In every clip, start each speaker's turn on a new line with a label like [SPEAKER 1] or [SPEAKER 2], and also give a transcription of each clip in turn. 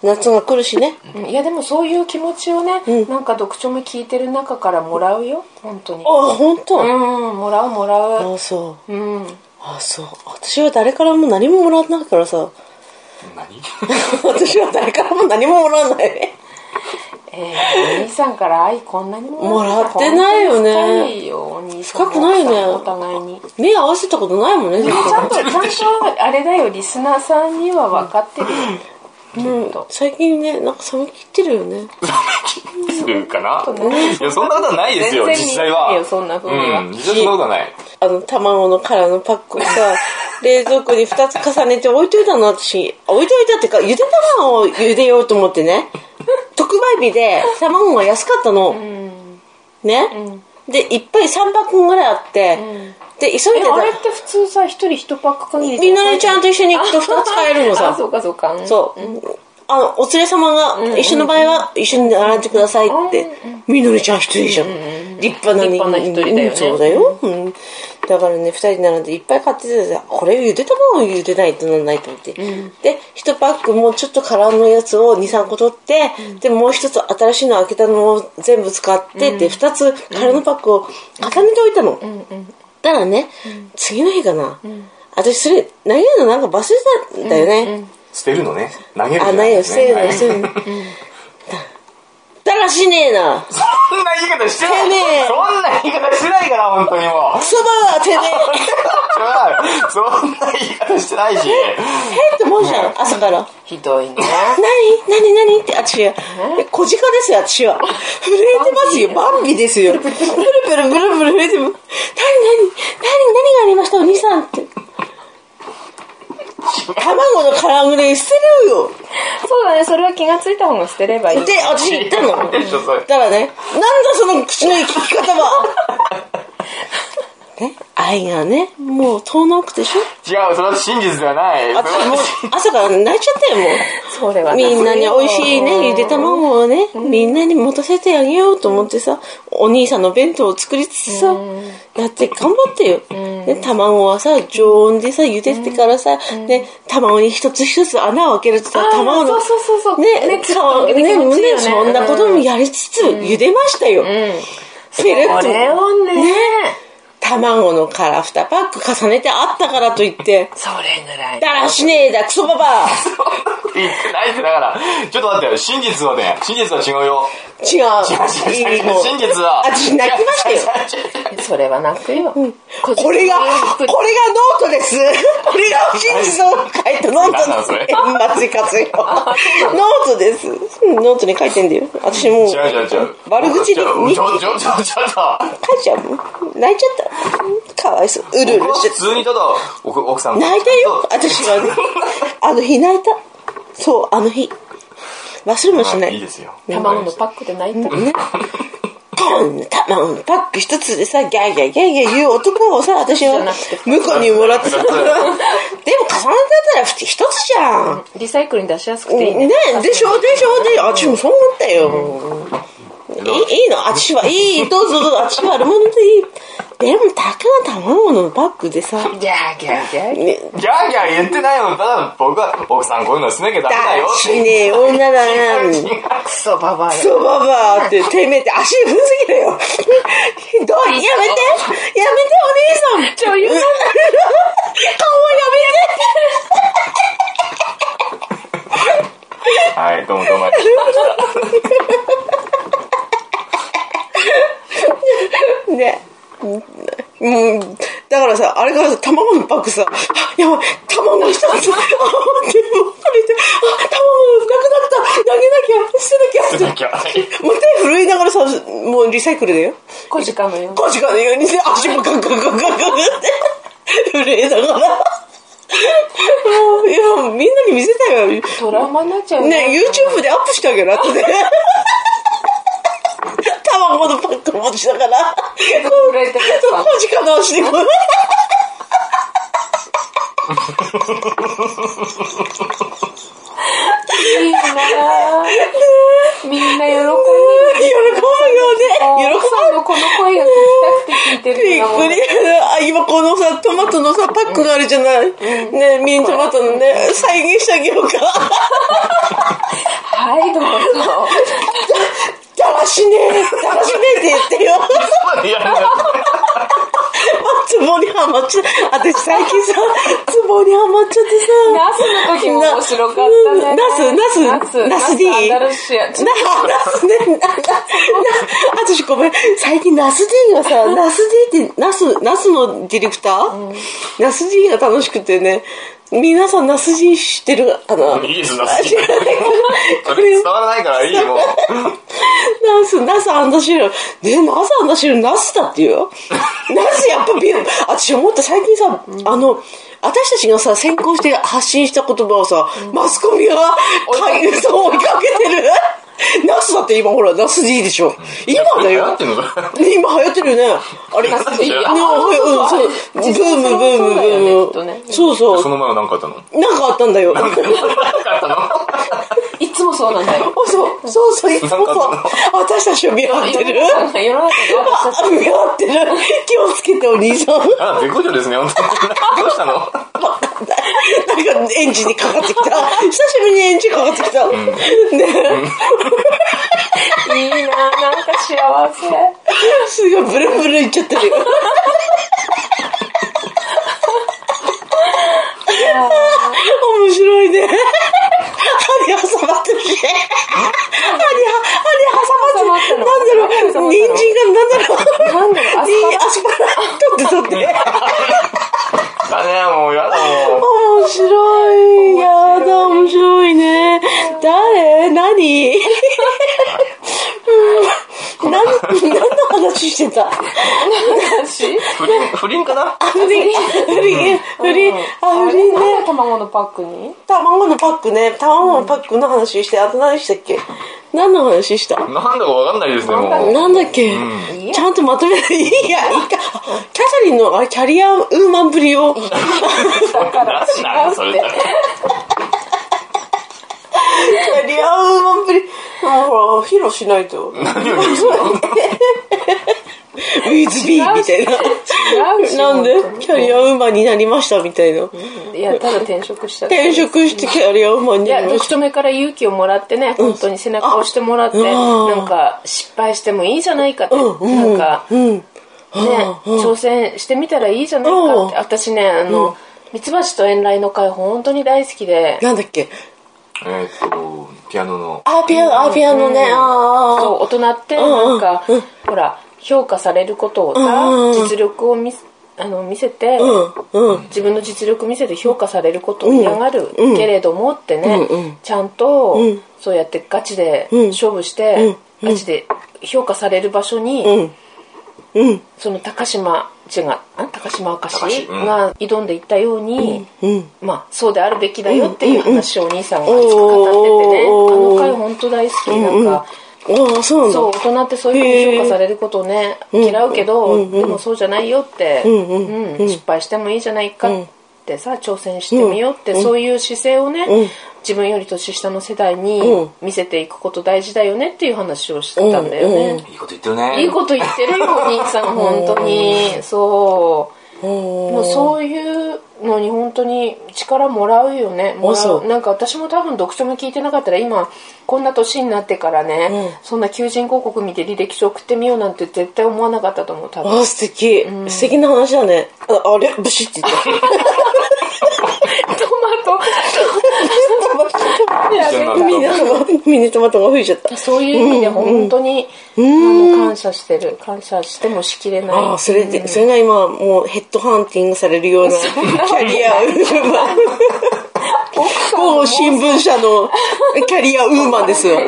[SPEAKER 1] 夏が来るしね
[SPEAKER 2] うんいやでもそういう気持ちをね、
[SPEAKER 1] うん
[SPEAKER 2] なんか読書も聞いてる中からもらうよ本当に
[SPEAKER 1] ああ本当、
[SPEAKER 2] うんもらうもらう
[SPEAKER 1] ああそう
[SPEAKER 2] うん
[SPEAKER 1] ああそう私は誰からも何ももらわないからさ
[SPEAKER 3] 何
[SPEAKER 1] 私は誰からも何ももらわない
[SPEAKER 2] えー、お兄さんから愛こんなにも
[SPEAKER 1] もらってないよね
[SPEAKER 2] 本当に深いよお兄さんも
[SPEAKER 1] 深くないね
[SPEAKER 2] お互いに
[SPEAKER 1] 目合わせたことないもんねずっ
[SPEAKER 2] ちゃんとちゃんとあれだよリスナーさんには分かってるよ
[SPEAKER 1] ともう最近ねなんか冷めきってるよね
[SPEAKER 3] するかないやそんなことはないですよ
[SPEAKER 2] 全
[SPEAKER 3] 実
[SPEAKER 2] 然
[SPEAKER 3] 際
[SPEAKER 2] 見えない
[SPEAKER 3] は
[SPEAKER 2] よそんな風には
[SPEAKER 3] うん実際そんなことはない
[SPEAKER 1] あの卵の殻のパックをさ冷蔵庫に2つ重ねて置いといたの私あ置いといたっていうかゆで卵を茹でようと思ってね特売日で卵が安かったの、
[SPEAKER 2] うん
[SPEAKER 1] ね、でいっぱい3パックぐらいあって、で急い
[SPEAKER 2] え
[SPEAKER 1] で
[SPEAKER 2] あれったて普通さ一人一パック限り
[SPEAKER 1] みのりちゃんと一緒に行くと2つ買えるの
[SPEAKER 2] あ
[SPEAKER 1] さ
[SPEAKER 2] そうかそうかうん
[SPEAKER 1] そう、あのお連れ様が一緒の場合は一緒に洗ってくださいって、みのりちゃん一人じゃん、立派な
[SPEAKER 2] 立派な一人だよね
[SPEAKER 1] うんそうだよ、うんだからね2人並んでいっぱい買っててさこれゆで卵をゆでないとならないと思って、で1パックもうちょっと空のやつを23個取って、でもう一つ新しいの開けたのを全部使って、で2つ空のパックを重ねておいたの、ただね、次の日かな、私それ投げるのなんか忘れたんだよね、
[SPEAKER 3] 捨てるのね投げる
[SPEAKER 1] あ、ないよ、捨てるの、捨て
[SPEAKER 3] る
[SPEAKER 1] るの。だらしねえな。
[SPEAKER 3] そんな言い方してな
[SPEAKER 1] てめえ
[SPEAKER 3] いそんな言い方してないから本当にもう
[SPEAKER 1] クソババアてめえ。
[SPEAKER 3] そんな言い方してないし
[SPEAKER 1] えって思うじゃん、朝から。
[SPEAKER 2] ひどいね
[SPEAKER 1] 何何何って、あ、違う。え小鹿ですよ、私は。震えてますよ、バンビですよ。プルプルプルプル震えてます。何何何何がありました、お兄さんって。卵の唐揚げ捨てるよ。
[SPEAKER 2] そうだねそれは気がついた方が捨てればいい
[SPEAKER 1] で、私言ったの。
[SPEAKER 3] でしょそれ
[SPEAKER 1] だからね、なんだその口の聞き方は。ね、愛がね、もう遠のくでしょ
[SPEAKER 3] 違うそれは真実ではないそれ
[SPEAKER 1] 私もう
[SPEAKER 3] は
[SPEAKER 1] 朝から泣いちゃったよ、も
[SPEAKER 2] それは
[SPEAKER 1] う。
[SPEAKER 2] ね
[SPEAKER 1] みんなに美味しいね、ゆで卵をね、みんなに持たせてあげようと思ってさ、お兄さんの弁当を作りつつさ、やって頑張ってよ。ね、卵はさ、常温でさ、茹でてからさ、ね、卵に一つ一つ穴を開けるとさ、
[SPEAKER 2] あー
[SPEAKER 1] 卵の、
[SPEAKER 2] そうそうそうそう
[SPEAKER 1] ね、
[SPEAKER 2] ね
[SPEAKER 1] 顔、ね、
[SPEAKER 2] ちょっと
[SPEAKER 1] ね、
[SPEAKER 2] 気持ちいいよね
[SPEAKER 1] そんなこともやりつつ、茹でましたよ。
[SPEAKER 2] うん
[SPEAKER 1] ペルッ
[SPEAKER 2] ことれをね
[SPEAKER 1] 卵の殻2パック重ねてあったからといって
[SPEAKER 2] それぐらい
[SPEAKER 1] だらしねえだクソババア
[SPEAKER 3] 言ってないってだからちょっと待ってよ真実はね真実は違うよ
[SPEAKER 1] 違う
[SPEAKER 3] 違う違う
[SPEAKER 1] もう
[SPEAKER 3] 真実は
[SPEAKER 1] 私泣きましたよ
[SPEAKER 2] それは泣くよ、個人的に
[SPEAKER 1] これがこれがノートですこれが真実を書いたノー
[SPEAKER 3] 何なの
[SPEAKER 1] ト
[SPEAKER 3] そ
[SPEAKER 1] で
[SPEAKER 3] れ
[SPEAKER 1] す松井克弘ノートですうんノートに書いてんだよ私もう
[SPEAKER 3] 違う違う違う
[SPEAKER 1] 悪口
[SPEAKER 3] ち
[SPEAKER 1] で
[SPEAKER 3] ょ
[SPEAKER 1] 日記
[SPEAKER 3] ち
[SPEAKER 1] 書
[SPEAKER 3] ょちょちょちょっと
[SPEAKER 1] いちゃうもん泣いちゃったかわいそううるう
[SPEAKER 3] 僕
[SPEAKER 1] る
[SPEAKER 3] は
[SPEAKER 1] して
[SPEAKER 3] 普通にただ奥奥さん
[SPEAKER 1] 泣いたよ私はねあの日泣いたそうあの日忘れもしない
[SPEAKER 3] いいですよ
[SPEAKER 2] 卵のパックで泣いたね
[SPEAKER 1] ポン卵のパック一つでさギャーギャーギャーギャー言う男をさ私は
[SPEAKER 2] じゃなくて
[SPEAKER 1] 向こうにもらってさでも重なってたら一つじゃん
[SPEAKER 2] リサイクルに出しやすくていいね
[SPEAKER 1] ねでしょでしょで私もそう思ったよいいいいの私はいいどうぞどうぞ私は悪者でいいでもたかが卵のパックでさ
[SPEAKER 2] ギャーギャーギャー
[SPEAKER 1] ね
[SPEAKER 3] ギャーギャー言ってないのただ僕は奥さんこういうのしなきゃダメだよ
[SPEAKER 1] だ
[SPEAKER 3] っ
[SPEAKER 1] してねえ女だな
[SPEAKER 3] 違う
[SPEAKER 2] クソババア
[SPEAKER 1] クソババアって、てめえって足踏んすぎるよ。ひどい。やめてやめてお姉さん
[SPEAKER 2] 女優
[SPEAKER 1] う
[SPEAKER 2] なんん
[SPEAKER 1] 顔
[SPEAKER 2] だ
[SPEAKER 1] や
[SPEAKER 3] はいどうもどうもありがとうございました
[SPEAKER 1] めてね。うん、うんだからさ、あれからさ、卵のパックさ、あやばい、卵一つ、あ、でも、これで、あ、卵なくなった、投げなきゃ、捨てなきゃ、もう手震えながらさ、もうリサイクルだよ。
[SPEAKER 2] 小鹿のよ
[SPEAKER 1] 5時間のようにね足もガンガンガンガンガンって震えながらもういやみんなに見せたいわね
[SPEAKER 2] トラウマになっちゃう
[SPEAKER 1] YouTube でアップしてあげる後で卵のパック持ちながら
[SPEAKER 2] 震えてるやつは
[SPEAKER 1] 5時間の足でこう
[SPEAKER 2] いいなぁみんな喜んでる。
[SPEAKER 1] 喜ぶよね。喜ぶ
[SPEAKER 2] 奥さんのこの声が聞きたくて聞いてる
[SPEAKER 1] びっ
[SPEAKER 2] んだも
[SPEAKER 1] く
[SPEAKER 2] ん
[SPEAKER 1] り。あ、今このさ、トマトのさ、パックがあるじゃない。ね、ミニトマトのね、再現してあげようか。
[SPEAKER 2] はい、 どうぞ。
[SPEAKER 1] だらしねえ、だらしねえって言ってよ。
[SPEAKER 3] までやるんだ
[SPEAKER 1] ツボにハマっちゃった。私最近さ、ツボにハマっちゃってさ。
[SPEAKER 2] ナスの時も面白かった
[SPEAKER 1] な
[SPEAKER 2] ね。
[SPEAKER 1] ナス、ナス、ナ
[SPEAKER 2] ナ
[SPEAKER 1] ス
[SPEAKER 2] ス
[SPEAKER 1] D。
[SPEAKER 2] アンダルシア。
[SPEAKER 1] な、ナスね、な、な、な、あとしごめん、最近ナス D がさ、ナス D って、ナス、ナスのディレクター、ナス D が楽しくてね、皆さんナス D 知ってるかな
[SPEAKER 3] けど。いいです、ナス D。それ伝わらないからいいよ、もう。
[SPEAKER 1] ナス、ナスアンダシル。ね、ナスアンダシル、ナスだって言う よ。ナスやっぱビュー。私思った、最近さ、あの、私たちがさ、先行して発信した言葉をさ、マスコミが、かいそう追いかけて る。ナスだって今ほら、ナス D でしょ。今だ
[SPEAKER 3] 流行
[SPEAKER 1] よ
[SPEAKER 3] って。んのか
[SPEAKER 1] ね今流行ってるよね。あれ、
[SPEAKER 3] ナス D
[SPEAKER 1] ね
[SPEAKER 3] あ
[SPEAKER 1] そう
[SPEAKER 2] そう
[SPEAKER 1] ブ
[SPEAKER 2] そう
[SPEAKER 1] ーム、ブーム、
[SPEAKER 2] そ
[SPEAKER 1] ブ
[SPEAKER 2] うだ
[SPEAKER 1] ー
[SPEAKER 2] よねきっと
[SPEAKER 1] ム。
[SPEAKER 2] ね
[SPEAKER 1] そうそ
[SPEAKER 3] その前は何かあったの
[SPEAKER 1] う。なん かあったんだよ。
[SPEAKER 2] いつもそうなんだよ。
[SPEAKER 1] そう、そうそう、いつもそう
[SPEAKER 3] なんかあっ。
[SPEAKER 1] 私たちを見張ってる。
[SPEAKER 2] 世の中で私たち
[SPEAKER 1] あ、見張ってる。 気をつけてお兄さん。なんか
[SPEAKER 3] あ、絶好調ですね、本当に。どうしたの
[SPEAKER 1] エンジンにかかってきた。久しぶりにエンジンかかってきた。ね
[SPEAKER 2] いいなぁなんか幸せ。
[SPEAKER 1] すごいブルンブルンいっちゃってるよ。面白いね。針挟まってるね。針は、針挟まってる。
[SPEAKER 2] 挟ま
[SPEAKER 1] なんだろ
[SPEAKER 2] 挟ま
[SPEAKER 1] う。
[SPEAKER 2] ってる
[SPEAKER 1] 人参がなんだろう。
[SPEAKER 2] なんだろう、アス
[SPEAKER 1] いいアスパラ。取って取って。
[SPEAKER 3] だね、もう、やだ、もう。
[SPEAKER 1] 面白い。やだ、面白いね。誰何うん何何の話してた
[SPEAKER 2] パラシ
[SPEAKER 3] 不倫、不倫かな
[SPEAKER 1] 不倫、不倫、不倫、あ、不倫ね。
[SPEAKER 2] ね。卵のパックに
[SPEAKER 1] 卵のパックね。卵のパックの話して、あと何したっけ何の話した
[SPEAKER 3] なんだかわかんないですね、もう。
[SPEAKER 1] なんだっけ、
[SPEAKER 2] ん
[SPEAKER 1] ちゃんとまとめない。いや、いいか。キャサリンのあれキャリアウーマンぶりを。
[SPEAKER 2] だから
[SPEAKER 3] 何なんだそ
[SPEAKER 2] 違うっ
[SPEAKER 3] れ
[SPEAKER 2] て。
[SPEAKER 1] キャリアウーマンぶり。もうほら、披露しないと。
[SPEAKER 3] 何を言うの
[SPEAKER 1] ウィズビーみたいな。
[SPEAKER 2] 違うし
[SPEAKER 1] なんで
[SPEAKER 2] 本
[SPEAKER 1] キャリアウーマンになりましたみたいな。
[SPEAKER 2] 当にいや、ただ転職しただけ
[SPEAKER 1] 転職してキャリアウーマンに
[SPEAKER 2] い
[SPEAKER 1] な
[SPEAKER 2] や、
[SPEAKER 1] りまし
[SPEAKER 2] 読目から勇気をもらってね、本当に背中を押してもらって、
[SPEAKER 1] あ
[SPEAKER 2] なんか、失敗してもいいじゃないかって、
[SPEAKER 1] うん
[SPEAKER 2] なんか、
[SPEAKER 1] た。うん。
[SPEAKER 2] ね、挑戦してみたらいいじゃないかって、私ね、あの、ミツバチと遠雷の会本当に大好きで、
[SPEAKER 1] なんだっけ
[SPEAKER 3] えーっと、ピアノの。
[SPEAKER 1] アーピアノ、アーピアノね。あ
[SPEAKER 2] そう、大人って、なんか、ほら、評価されることを
[SPEAKER 1] うん
[SPEAKER 2] さ、実力を見せ、あの、見せて、
[SPEAKER 1] あ。うん。うん。
[SPEAKER 2] 自分の実力見せて評価されることを嫌がるけれどもってね、
[SPEAKER 1] うんうん
[SPEAKER 2] ちゃんと、
[SPEAKER 1] うん
[SPEAKER 2] そうやってガチで
[SPEAKER 1] うん
[SPEAKER 2] 勝負して、
[SPEAKER 1] うん
[SPEAKER 2] ガチで評価される場所に、
[SPEAKER 1] うん。うん。
[SPEAKER 2] その高島違うあ高島明
[SPEAKER 3] 高
[SPEAKER 2] 石
[SPEAKER 3] 島うん
[SPEAKER 2] が挑んでいったように、
[SPEAKER 1] うん。
[SPEAKER 2] まあそうであるべきだよっていう話をお兄さんが
[SPEAKER 1] うん
[SPEAKER 2] 熱く語っててね、
[SPEAKER 1] おー
[SPEAKER 2] あの回本当大好き、なんか。
[SPEAKER 1] ああ、そう
[SPEAKER 2] そ
[SPEAKER 1] なん
[SPEAKER 2] う大人ってそういうふうに評価されることをね嫌うけど、でもそうじゃないよって、うん
[SPEAKER 1] うん
[SPEAKER 2] 失敗してもいいじゃないかってさ挑戦してみようって、そういう姿勢をね、
[SPEAKER 1] うん
[SPEAKER 2] 自分より年下の世代
[SPEAKER 1] うん
[SPEAKER 2] に見せていくこと大事だよねっていう話をしてたんだよね、
[SPEAKER 3] いいこと言ってるね。
[SPEAKER 2] いいこと言ってるよお兄さん本当にそう
[SPEAKER 1] だ。も
[SPEAKER 2] もうそういうのに本当に力もらうよねもら
[SPEAKER 1] そう
[SPEAKER 2] うなんか私も多分読書も聞いてなかったら今こんな年になってからね、そんな求人広告見て履歴書送ってみようなんて絶対思わなかったと思う多分
[SPEAKER 1] あ、素敵。素敵な話だね。ああれブシって言 った。
[SPEAKER 2] トマト
[SPEAKER 3] してんだ
[SPEAKER 1] みんなの、ミニトマトが吹いちゃった。
[SPEAKER 2] そういう意味で本当に、あの感謝してる感謝してもしきれない
[SPEAKER 1] ああ、それで、それが今、もうヘッドハンティングされるようなキャリアウーマン。もう新聞社の キャリアウーマンですよ。
[SPEAKER 2] で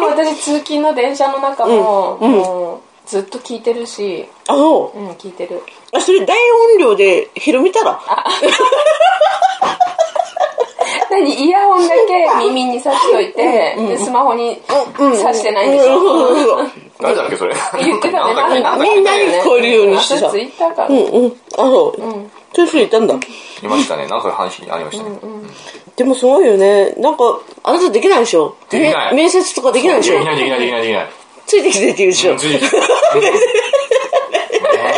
[SPEAKER 2] も私通勤の電車の中も、もうずっと聞いてるし
[SPEAKER 1] あの、
[SPEAKER 2] うん聞いてる
[SPEAKER 1] あそれ大音量で広めたら
[SPEAKER 2] 何イヤホンだけ耳にさしといて、でスマホにさしてないんでしょ、
[SPEAKER 1] うん
[SPEAKER 3] 誰だっけ、それ。
[SPEAKER 2] 言ってたね
[SPEAKER 3] なんだっけなんだっけ
[SPEAKER 1] みんなに聞こえるようにしてさ
[SPEAKER 2] 私ツイッターから、
[SPEAKER 1] うんうんあそうそういう人いたんだ
[SPEAKER 3] ありましたね。なんか話にありましたね。
[SPEAKER 1] でもすごいよね。なんか、あなたできないでしょ
[SPEAKER 3] できない
[SPEAKER 1] め面接とかできないでしょ
[SPEAKER 3] できないできないできないできない。
[SPEAKER 1] ついてきてって言うでしょ、
[SPEAKER 3] ついてきて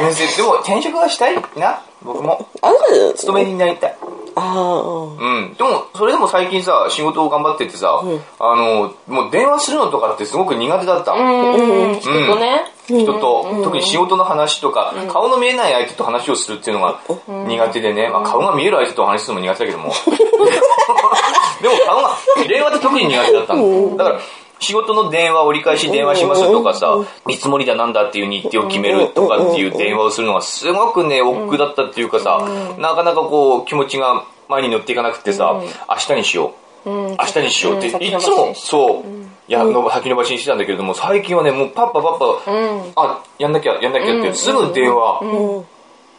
[SPEAKER 3] 面接でも転職はしたいな、僕も。
[SPEAKER 1] あなた、
[SPEAKER 3] 勤め人になりたい。
[SPEAKER 1] ああ、うん。
[SPEAKER 3] うん。でも、それでも最近さ、仕事を頑張っててさ、あの、もう電話するのとかってすごく苦手だった。
[SPEAKER 2] うん、きっとね。
[SPEAKER 3] 人と、特に仕事の話とか、顔の見えない相手と話をするっていうのが苦手でね、まあ、顔が見える相手と話すのも苦手だけども。 でも顔が、令和って特に苦手だったの。だから、仕事の電話、折り返し電話しますとかさ、見積もりだなんだっていう日程を決めるとかっていう電話をするのがすごくね、億劫だったっていうかさ、なかなかこう、気持ちが前に乗っていかなくてさ、明日にしよう。明日にしようって、
[SPEAKER 2] うん
[SPEAKER 3] いつも、そう、いや、の先延ばしにしてたんだけれども、最近はね、もうパッパパッパ、あ、やんなきゃ、やんなきゃって、すぐ電話、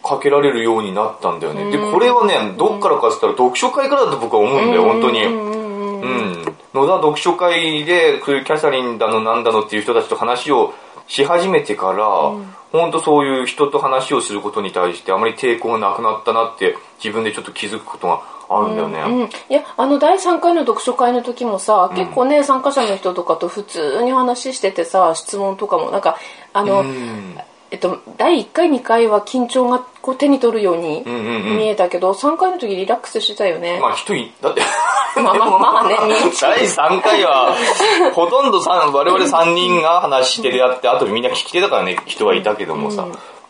[SPEAKER 3] かけられるようになったんだよね。で、これはね、どっからかっつったら読書会からだと僕は思うんだよ、本当に。うん。野田読書会で、そういうキャサリンだのなんだのっていう人たちと話をし始めてから、ほんとそういう人と話をすることに対してあまり抵抗がなくなったなって自分でちょっと気づくことがあるんだよね。
[SPEAKER 2] うん、いやあの第3回の読書会の時もさ、結構ね参加者の人とかと普通に話しててさ質問とかもなんかあの、えっと、第1回2回は緊張がこう手に取るように
[SPEAKER 3] んうんうん
[SPEAKER 2] 見えたけど、3回の時リラックスしてたよね、
[SPEAKER 3] まあ一人、だって、
[SPEAKER 2] まあまあまあね
[SPEAKER 3] 第3回は、ほとんどさん我々3人が話して出会って、あとみんな聞き手だからね、人はいたけどもさ。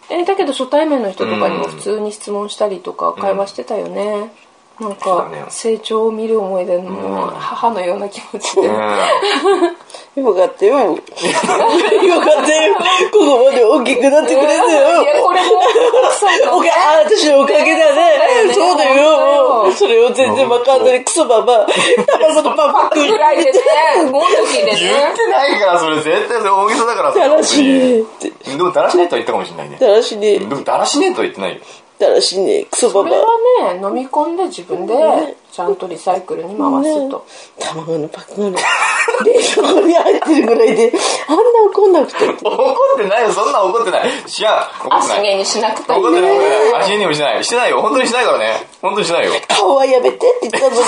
[SPEAKER 2] えだけど初対面の人とかにも
[SPEAKER 3] うん
[SPEAKER 2] 普通に質問したりとか会話してたよね、なん
[SPEAKER 3] そうだ
[SPEAKER 2] か
[SPEAKER 3] ね
[SPEAKER 2] 成長を見る思いで、もう母のような気持ちで、
[SPEAKER 3] ね
[SPEAKER 1] よかったよ。よかったよ。ここまで大きくなってくれた
[SPEAKER 2] いや
[SPEAKER 1] よ。
[SPEAKER 2] これ も奥さんの
[SPEAKER 1] おかあ私のおかげだね。そ
[SPEAKER 2] そうう
[SPEAKER 1] だ
[SPEAKER 2] だ
[SPEAKER 1] よ
[SPEAKER 2] よね。
[SPEAKER 1] もうそれを全然わかんない。クソババア。卵とパンパク
[SPEAKER 2] ぐらいでね5の時で
[SPEAKER 3] 言
[SPEAKER 2] ね
[SPEAKER 3] ってないから、それ絶対それ大げさだからさ。
[SPEAKER 1] だらしねえって。
[SPEAKER 3] 本当にでもだらしねえとは言ったかもしれないね。
[SPEAKER 1] だらしね
[SPEAKER 3] で
[SPEAKER 1] え。
[SPEAKER 3] もだらしねえとは言ってないよ。
[SPEAKER 1] だらしねえ。クソバ
[SPEAKER 2] こ
[SPEAKER 1] バ
[SPEAKER 2] れ
[SPEAKER 1] ア。
[SPEAKER 2] はね飲み込んで自分でちゃんとリサイクルに回すと、
[SPEAKER 1] 卵のパックがね、冷蔵庫に入ってるぐらいで、あんな怒んなくて。
[SPEAKER 3] 怒ってないよ、そんな怒ってない。しや、怒ってな
[SPEAKER 2] 足
[SPEAKER 3] い。
[SPEAKER 2] 毛にしなくていい
[SPEAKER 3] 怒ってない、怒
[SPEAKER 2] ね
[SPEAKER 3] ってない。足にもしない。してないよ、本当にしないからね。本当にしないよ。
[SPEAKER 1] 顔はやめてって言ったのに。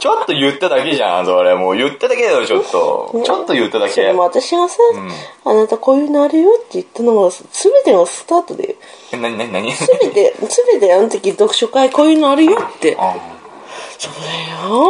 [SPEAKER 3] ちょっと言っただけじゃん、それ。もう言っただけだよ、ちょっと。ちょっと言っただ
[SPEAKER 1] それ
[SPEAKER 3] け
[SPEAKER 1] も。私がさ、あなたこういうのあるよって言ったのが、すべてがスタートだよ。
[SPEAKER 3] えなになになに
[SPEAKER 1] すべて、すべてあの時読書会こういうのあるよって。そうだよ。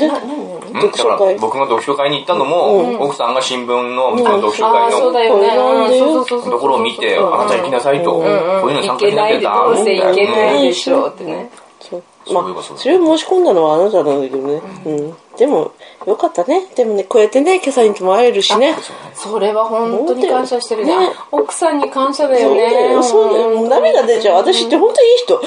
[SPEAKER 2] えな何何
[SPEAKER 3] うん
[SPEAKER 1] 読書会
[SPEAKER 3] だから僕が読書会に行ったのも、奥さんが新聞のその読書
[SPEAKER 2] ああ
[SPEAKER 3] 会
[SPEAKER 2] そう
[SPEAKER 3] の
[SPEAKER 2] だよね
[SPEAKER 1] これなんで
[SPEAKER 2] うんそうそうそうそう
[SPEAKER 3] ところを見て、
[SPEAKER 2] うん
[SPEAKER 3] あなた行きなさいと、こういうの
[SPEAKER 2] い
[SPEAKER 3] 参加
[SPEAKER 2] け
[SPEAKER 3] しな
[SPEAKER 2] な
[SPEAKER 3] き
[SPEAKER 2] い
[SPEAKER 3] ゃ
[SPEAKER 2] で
[SPEAKER 3] ダ
[SPEAKER 2] どうせ
[SPEAKER 3] メ
[SPEAKER 2] いけ
[SPEAKER 3] だよ。
[SPEAKER 2] ないでしょうってね
[SPEAKER 1] そう。
[SPEAKER 3] そ
[SPEAKER 1] ま
[SPEAKER 3] ういえばそう
[SPEAKER 1] あ、
[SPEAKER 3] だ
[SPEAKER 1] それを申し込んだのはあなたなんだけどね。うん。でも、よかったね。でもね、こうやってね、キャサリンとも会えるしね。
[SPEAKER 2] それは本当に感謝してるね
[SPEAKER 1] ね
[SPEAKER 2] 奥さんに感謝だよ
[SPEAKER 1] そうだよ、
[SPEAKER 2] ね
[SPEAKER 1] そうだよ。もう涙出ちゃう。私って本当にいい人。本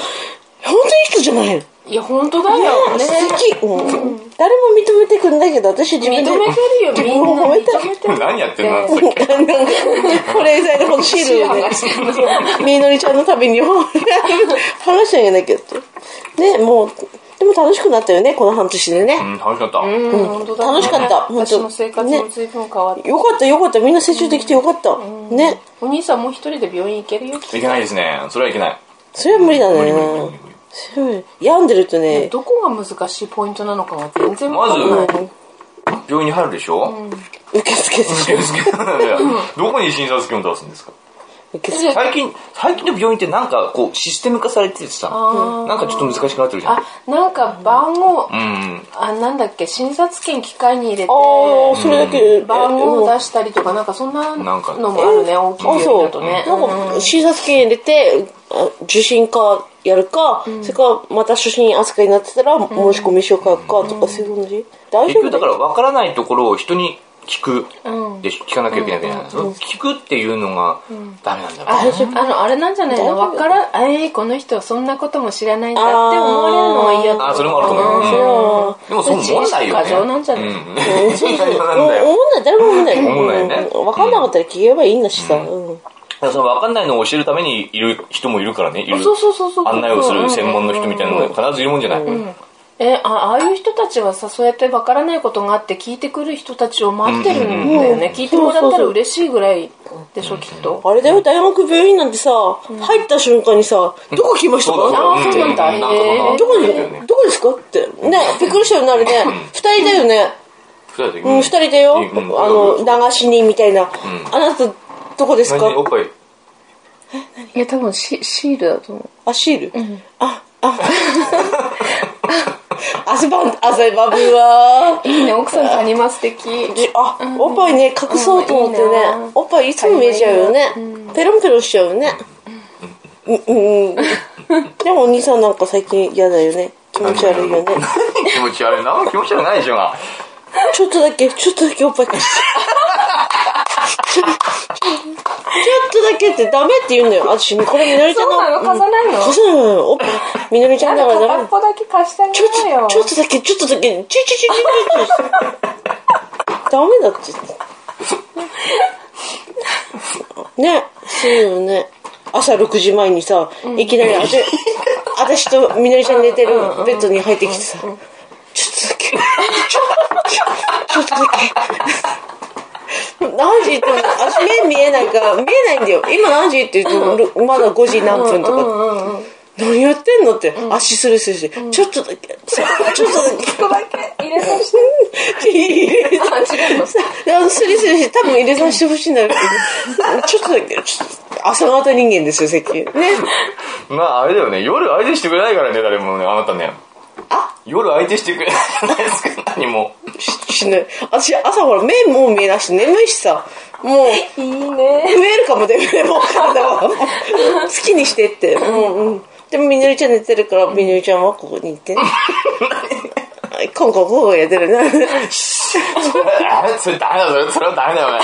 [SPEAKER 1] 当にいい人じゃないの。
[SPEAKER 2] いや本当だよね
[SPEAKER 1] 素敵、うん、誰も認めてくんないけど私自
[SPEAKER 2] 認め
[SPEAKER 1] 分
[SPEAKER 2] て
[SPEAKER 1] で
[SPEAKER 2] るよ
[SPEAKER 1] 自
[SPEAKER 2] みん
[SPEAKER 1] 分を
[SPEAKER 2] な
[SPEAKER 1] 褒めた
[SPEAKER 2] 認
[SPEAKER 1] い
[SPEAKER 2] めてる
[SPEAKER 3] 何やってんのさっき。
[SPEAKER 1] これ以外のこのシールをね
[SPEAKER 2] シール剥がして
[SPEAKER 1] みのりちゃんのためにも剥がしてあげなきゃってねもうでも楽しくなったよねこの半年でね、
[SPEAKER 3] うん、楽しかった。
[SPEAKER 2] うん本当だね
[SPEAKER 1] 楽しかった本当
[SPEAKER 2] 私の生活も随分変わった
[SPEAKER 1] よかったよかったみんな成長できてよかった、ね
[SPEAKER 2] お兄さんもう一人で病院行けるよ
[SPEAKER 3] いけないですね。それはいけない。
[SPEAKER 1] それは無理だ
[SPEAKER 3] 無理無理無理
[SPEAKER 1] ね
[SPEAKER 3] 無理無理
[SPEAKER 1] それは病んでるとね
[SPEAKER 2] どこが難しいポイントなのかが全然
[SPEAKER 3] ま
[SPEAKER 2] わ
[SPEAKER 3] ず
[SPEAKER 2] かんない、、
[SPEAKER 3] 病院に入るでしょ
[SPEAKER 1] 受付で
[SPEAKER 3] いや いやどこに診察券を出すんですか
[SPEAKER 1] 受付
[SPEAKER 3] 最近、最近の病院ってなんかこうシステム化されててさ、
[SPEAKER 2] ー
[SPEAKER 3] なんかちょっと難しくなってるじゃん。
[SPEAKER 2] あなんか番号、
[SPEAKER 3] うん。
[SPEAKER 2] あなんだっけ診察券機械に入れて
[SPEAKER 1] ああそれだけで
[SPEAKER 2] 番号を
[SPEAKER 1] え
[SPEAKER 2] 出したりとかなんかそんな
[SPEAKER 3] なんか
[SPEAKER 2] のもあるね大き
[SPEAKER 1] あ
[SPEAKER 2] い病院
[SPEAKER 1] そう
[SPEAKER 2] だとね
[SPEAKER 1] なんか診察券入れてあ受診かやるか、それからまた初診扱いになってたら申し込み書書くかとかそういう感じ大
[SPEAKER 3] 結
[SPEAKER 1] 丈
[SPEAKER 3] 局だ
[SPEAKER 1] 夫だ
[SPEAKER 3] から分からないところを人に聞くでしょ聞かなきゃいけないわけじゃないその聞くっていうのがダメなんだ
[SPEAKER 2] あ
[SPEAKER 3] ろうね
[SPEAKER 2] あのあれなんじゃないのわからえー、この人はそんなことも知らないんだって思われるのは嫌だ
[SPEAKER 3] あそれもあると
[SPEAKER 1] あ
[SPEAKER 3] 思う
[SPEAKER 1] それは
[SPEAKER 3] でもそう思んないよね
[SPEAKER 2] 過剰なんじゃない
[SPEAKER 3] うん問題なん
[SPEAKER 1] 思わ
[SPEAKER 3] だよ
[SPEAKER 1] ない誰も思わない
[SPEAKER 3] 思わないね
[SPEAKER 1] うん分かんなかったら聞けばいいんだしさ、うん
[SPEAKER 3] だからその分かんないのを教えるためにいる人もいるからねいる
[SPEAKER 2] そうそうそうそう
[SPEAKER 3] 案内をする専門の人みたいなのが必ずいるもんじゃない
[SPEAKER 2] えあああいう人たちはさそうやってわからないことがあって聞いてくる人たちを待ってるんだよね、聞いてもらったら嬉しいぐらいでしょ、きっと。
[SPEAKER 1] あれだよ、大学病院なんてさ、入った瞬間にさ、どこ来ました
[SPEAKER 3] そうだ
[SPEAKER 1] か
[SPEAKER 2] あーそうなんだ
[SPEAKER 3] うんなんかそんな
[SPEAKER 2] へー
[SPEAKER 1] どこ
[SPEAKER 3] だ
[SPEAKER 1] に
[SPEAKER 3] よね、
[SPEAKER 1] どこですかって。ね、びっくりしたよね、あれね。二人だよね。
[SPEAKER 3] 二人で、
[SPEAKER 1] うん、二人だよ。
[SPEAKER 3] う
[SPEAKER 1] あ
[SPEAKER 3] んうん
[SPEAKER 1] の、流しにみたいな。あなた、どこです
[SPEAKER 3] 何おっ
[SPEAKER 1] か
[SPEAKER 3] ぱい
[SPEAKER 2] いや、多分シシールだと思う。
[SPEAKER 1] あ、シールあ、あ、 汗ばん、汗ばぶわー。
[SPEAKER 2] いいね、奥さん谷間素敵。
[SPEAKER 1] じあ、おっぱいね、隠そうと思ってね
[SPEAKER 2] うんいいな。
[SPEAKER 1] おっぱいいつも見えちゃうよね。ペロンペロンしちゃうよね。うん、うん。でもお兄さんなんか最近嫌だよね。気持ち悪いよね。
[SPEAKER 3] 気持ち悪い何も気持ち悪くないでしょが
[SPEAKER 1] ちょっとだけ、ちょっとだけおっぱい貸して。ちょちょちょっとだけってダメって言うんだよ。私、これみのりちゃん
[SPEAKER 2] そうなの貸さないの
[SPEAKER 1] 貸さないのおっぱい、みのりちゃんだからダ
[SPEAKER 2] 片
[SPEAKER 1] メ
[SPEAKER 2] っ。ぽだけ貸してあ
[SPEAKER 1] ちょっ
[SPEAKER 2] げようよ
[SPEAKER 1] と、ちょっとだけ、ちょっとだけ、ちょいちょいちょいちょいちょいダメだって言って。ね、そうよね。朝6時前にさ、いきなりあて、私とみのりちゃん寝てるベッドに入ってきてさ、ちょっとだけ、ちょちょちょっとだけ。何時って言っても私目見えないから見えないんだよ今何時って言ってもまだ5時何分とか何やってんのって、足スルスルして、ちょっとだけ、ちょちょっとだけ、
[SPEAKER 2] ちょっとだけ入れさせて
[SPEAKER 1] 入れさ
[SPEAKER 2] あ違うの
[SPEAKER 1] あのスリスリして、多分入れさせてほしいんだろうけど、ちょっとだけ、ちょっと、朝方人間ですよ、最近。ね。
[SPEAKER 3] まああれだよね夜相手してくれないからね誰もねあなたね夜相手してくれないじゃないですか何も
[SPEAKER 1] ししない。私、朝ほら、目もう見えなくて、眠いしさ、もう、
[SPEAKER 2] いいね
[SPEAKER 1] 増えるかもでもう体は好きにしてって、うんうん、でもみのりちゃん寝てるからみのりちゃんはここにいてはいコンコンコンコンやってる な
[SPEAKER 3] あれそれダメだそれそれはダメだよね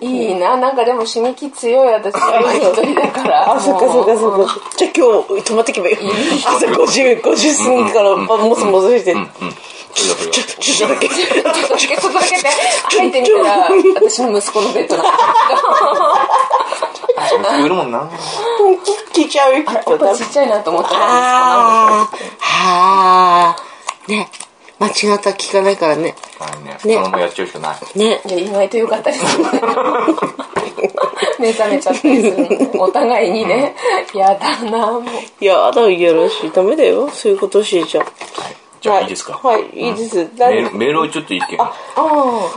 [SPEAKER 2] いいななんかでも死に気強い私一人だから
[SPEAKER 1] あそっかそっかそっかじゃあ今日泊まってけばいい朝5時50過ぎからもそもそして
[SPEAKER 3] それだそれ
[SPEAKER 1] ちょちょ
[SPEAKER 3] だ
[SPEAKER 1] っとだけ
[SPEAKER 2] ちょっとだけちょっとだけで入ってみたら私の息子のベッドだ
[SPEAKER 3] あそう売るもんな
[SPEAKER 1] 聞いちゃうよきっ
[SPEAKER 2] お
[SPEAKER 1] と
[SPEAKER 2] っぱいちっちゃいなと思ったら
[SPEAKER 1] ああはあね間違った聞かないからね
[SPEAKER 3] あれね
[SPEAKER 1] ね
[SPEAKER 3] そのままやっちゃうしかない
[SPEAKER 1] ね
[SPEAKER 2] いや意外とよかったりするね 目覚めちゃったりするのお互いにねやだなもう
[SPEAKER 1] いやだいやらしいダメだよそういうことしちゃう
[SPEAKER 3] じゃあいいですか
[SPEAKER 1] はい、いいです。だ
[SPEAKER 3] メールメールをちょっと一件
[SPEAKER 2] ああ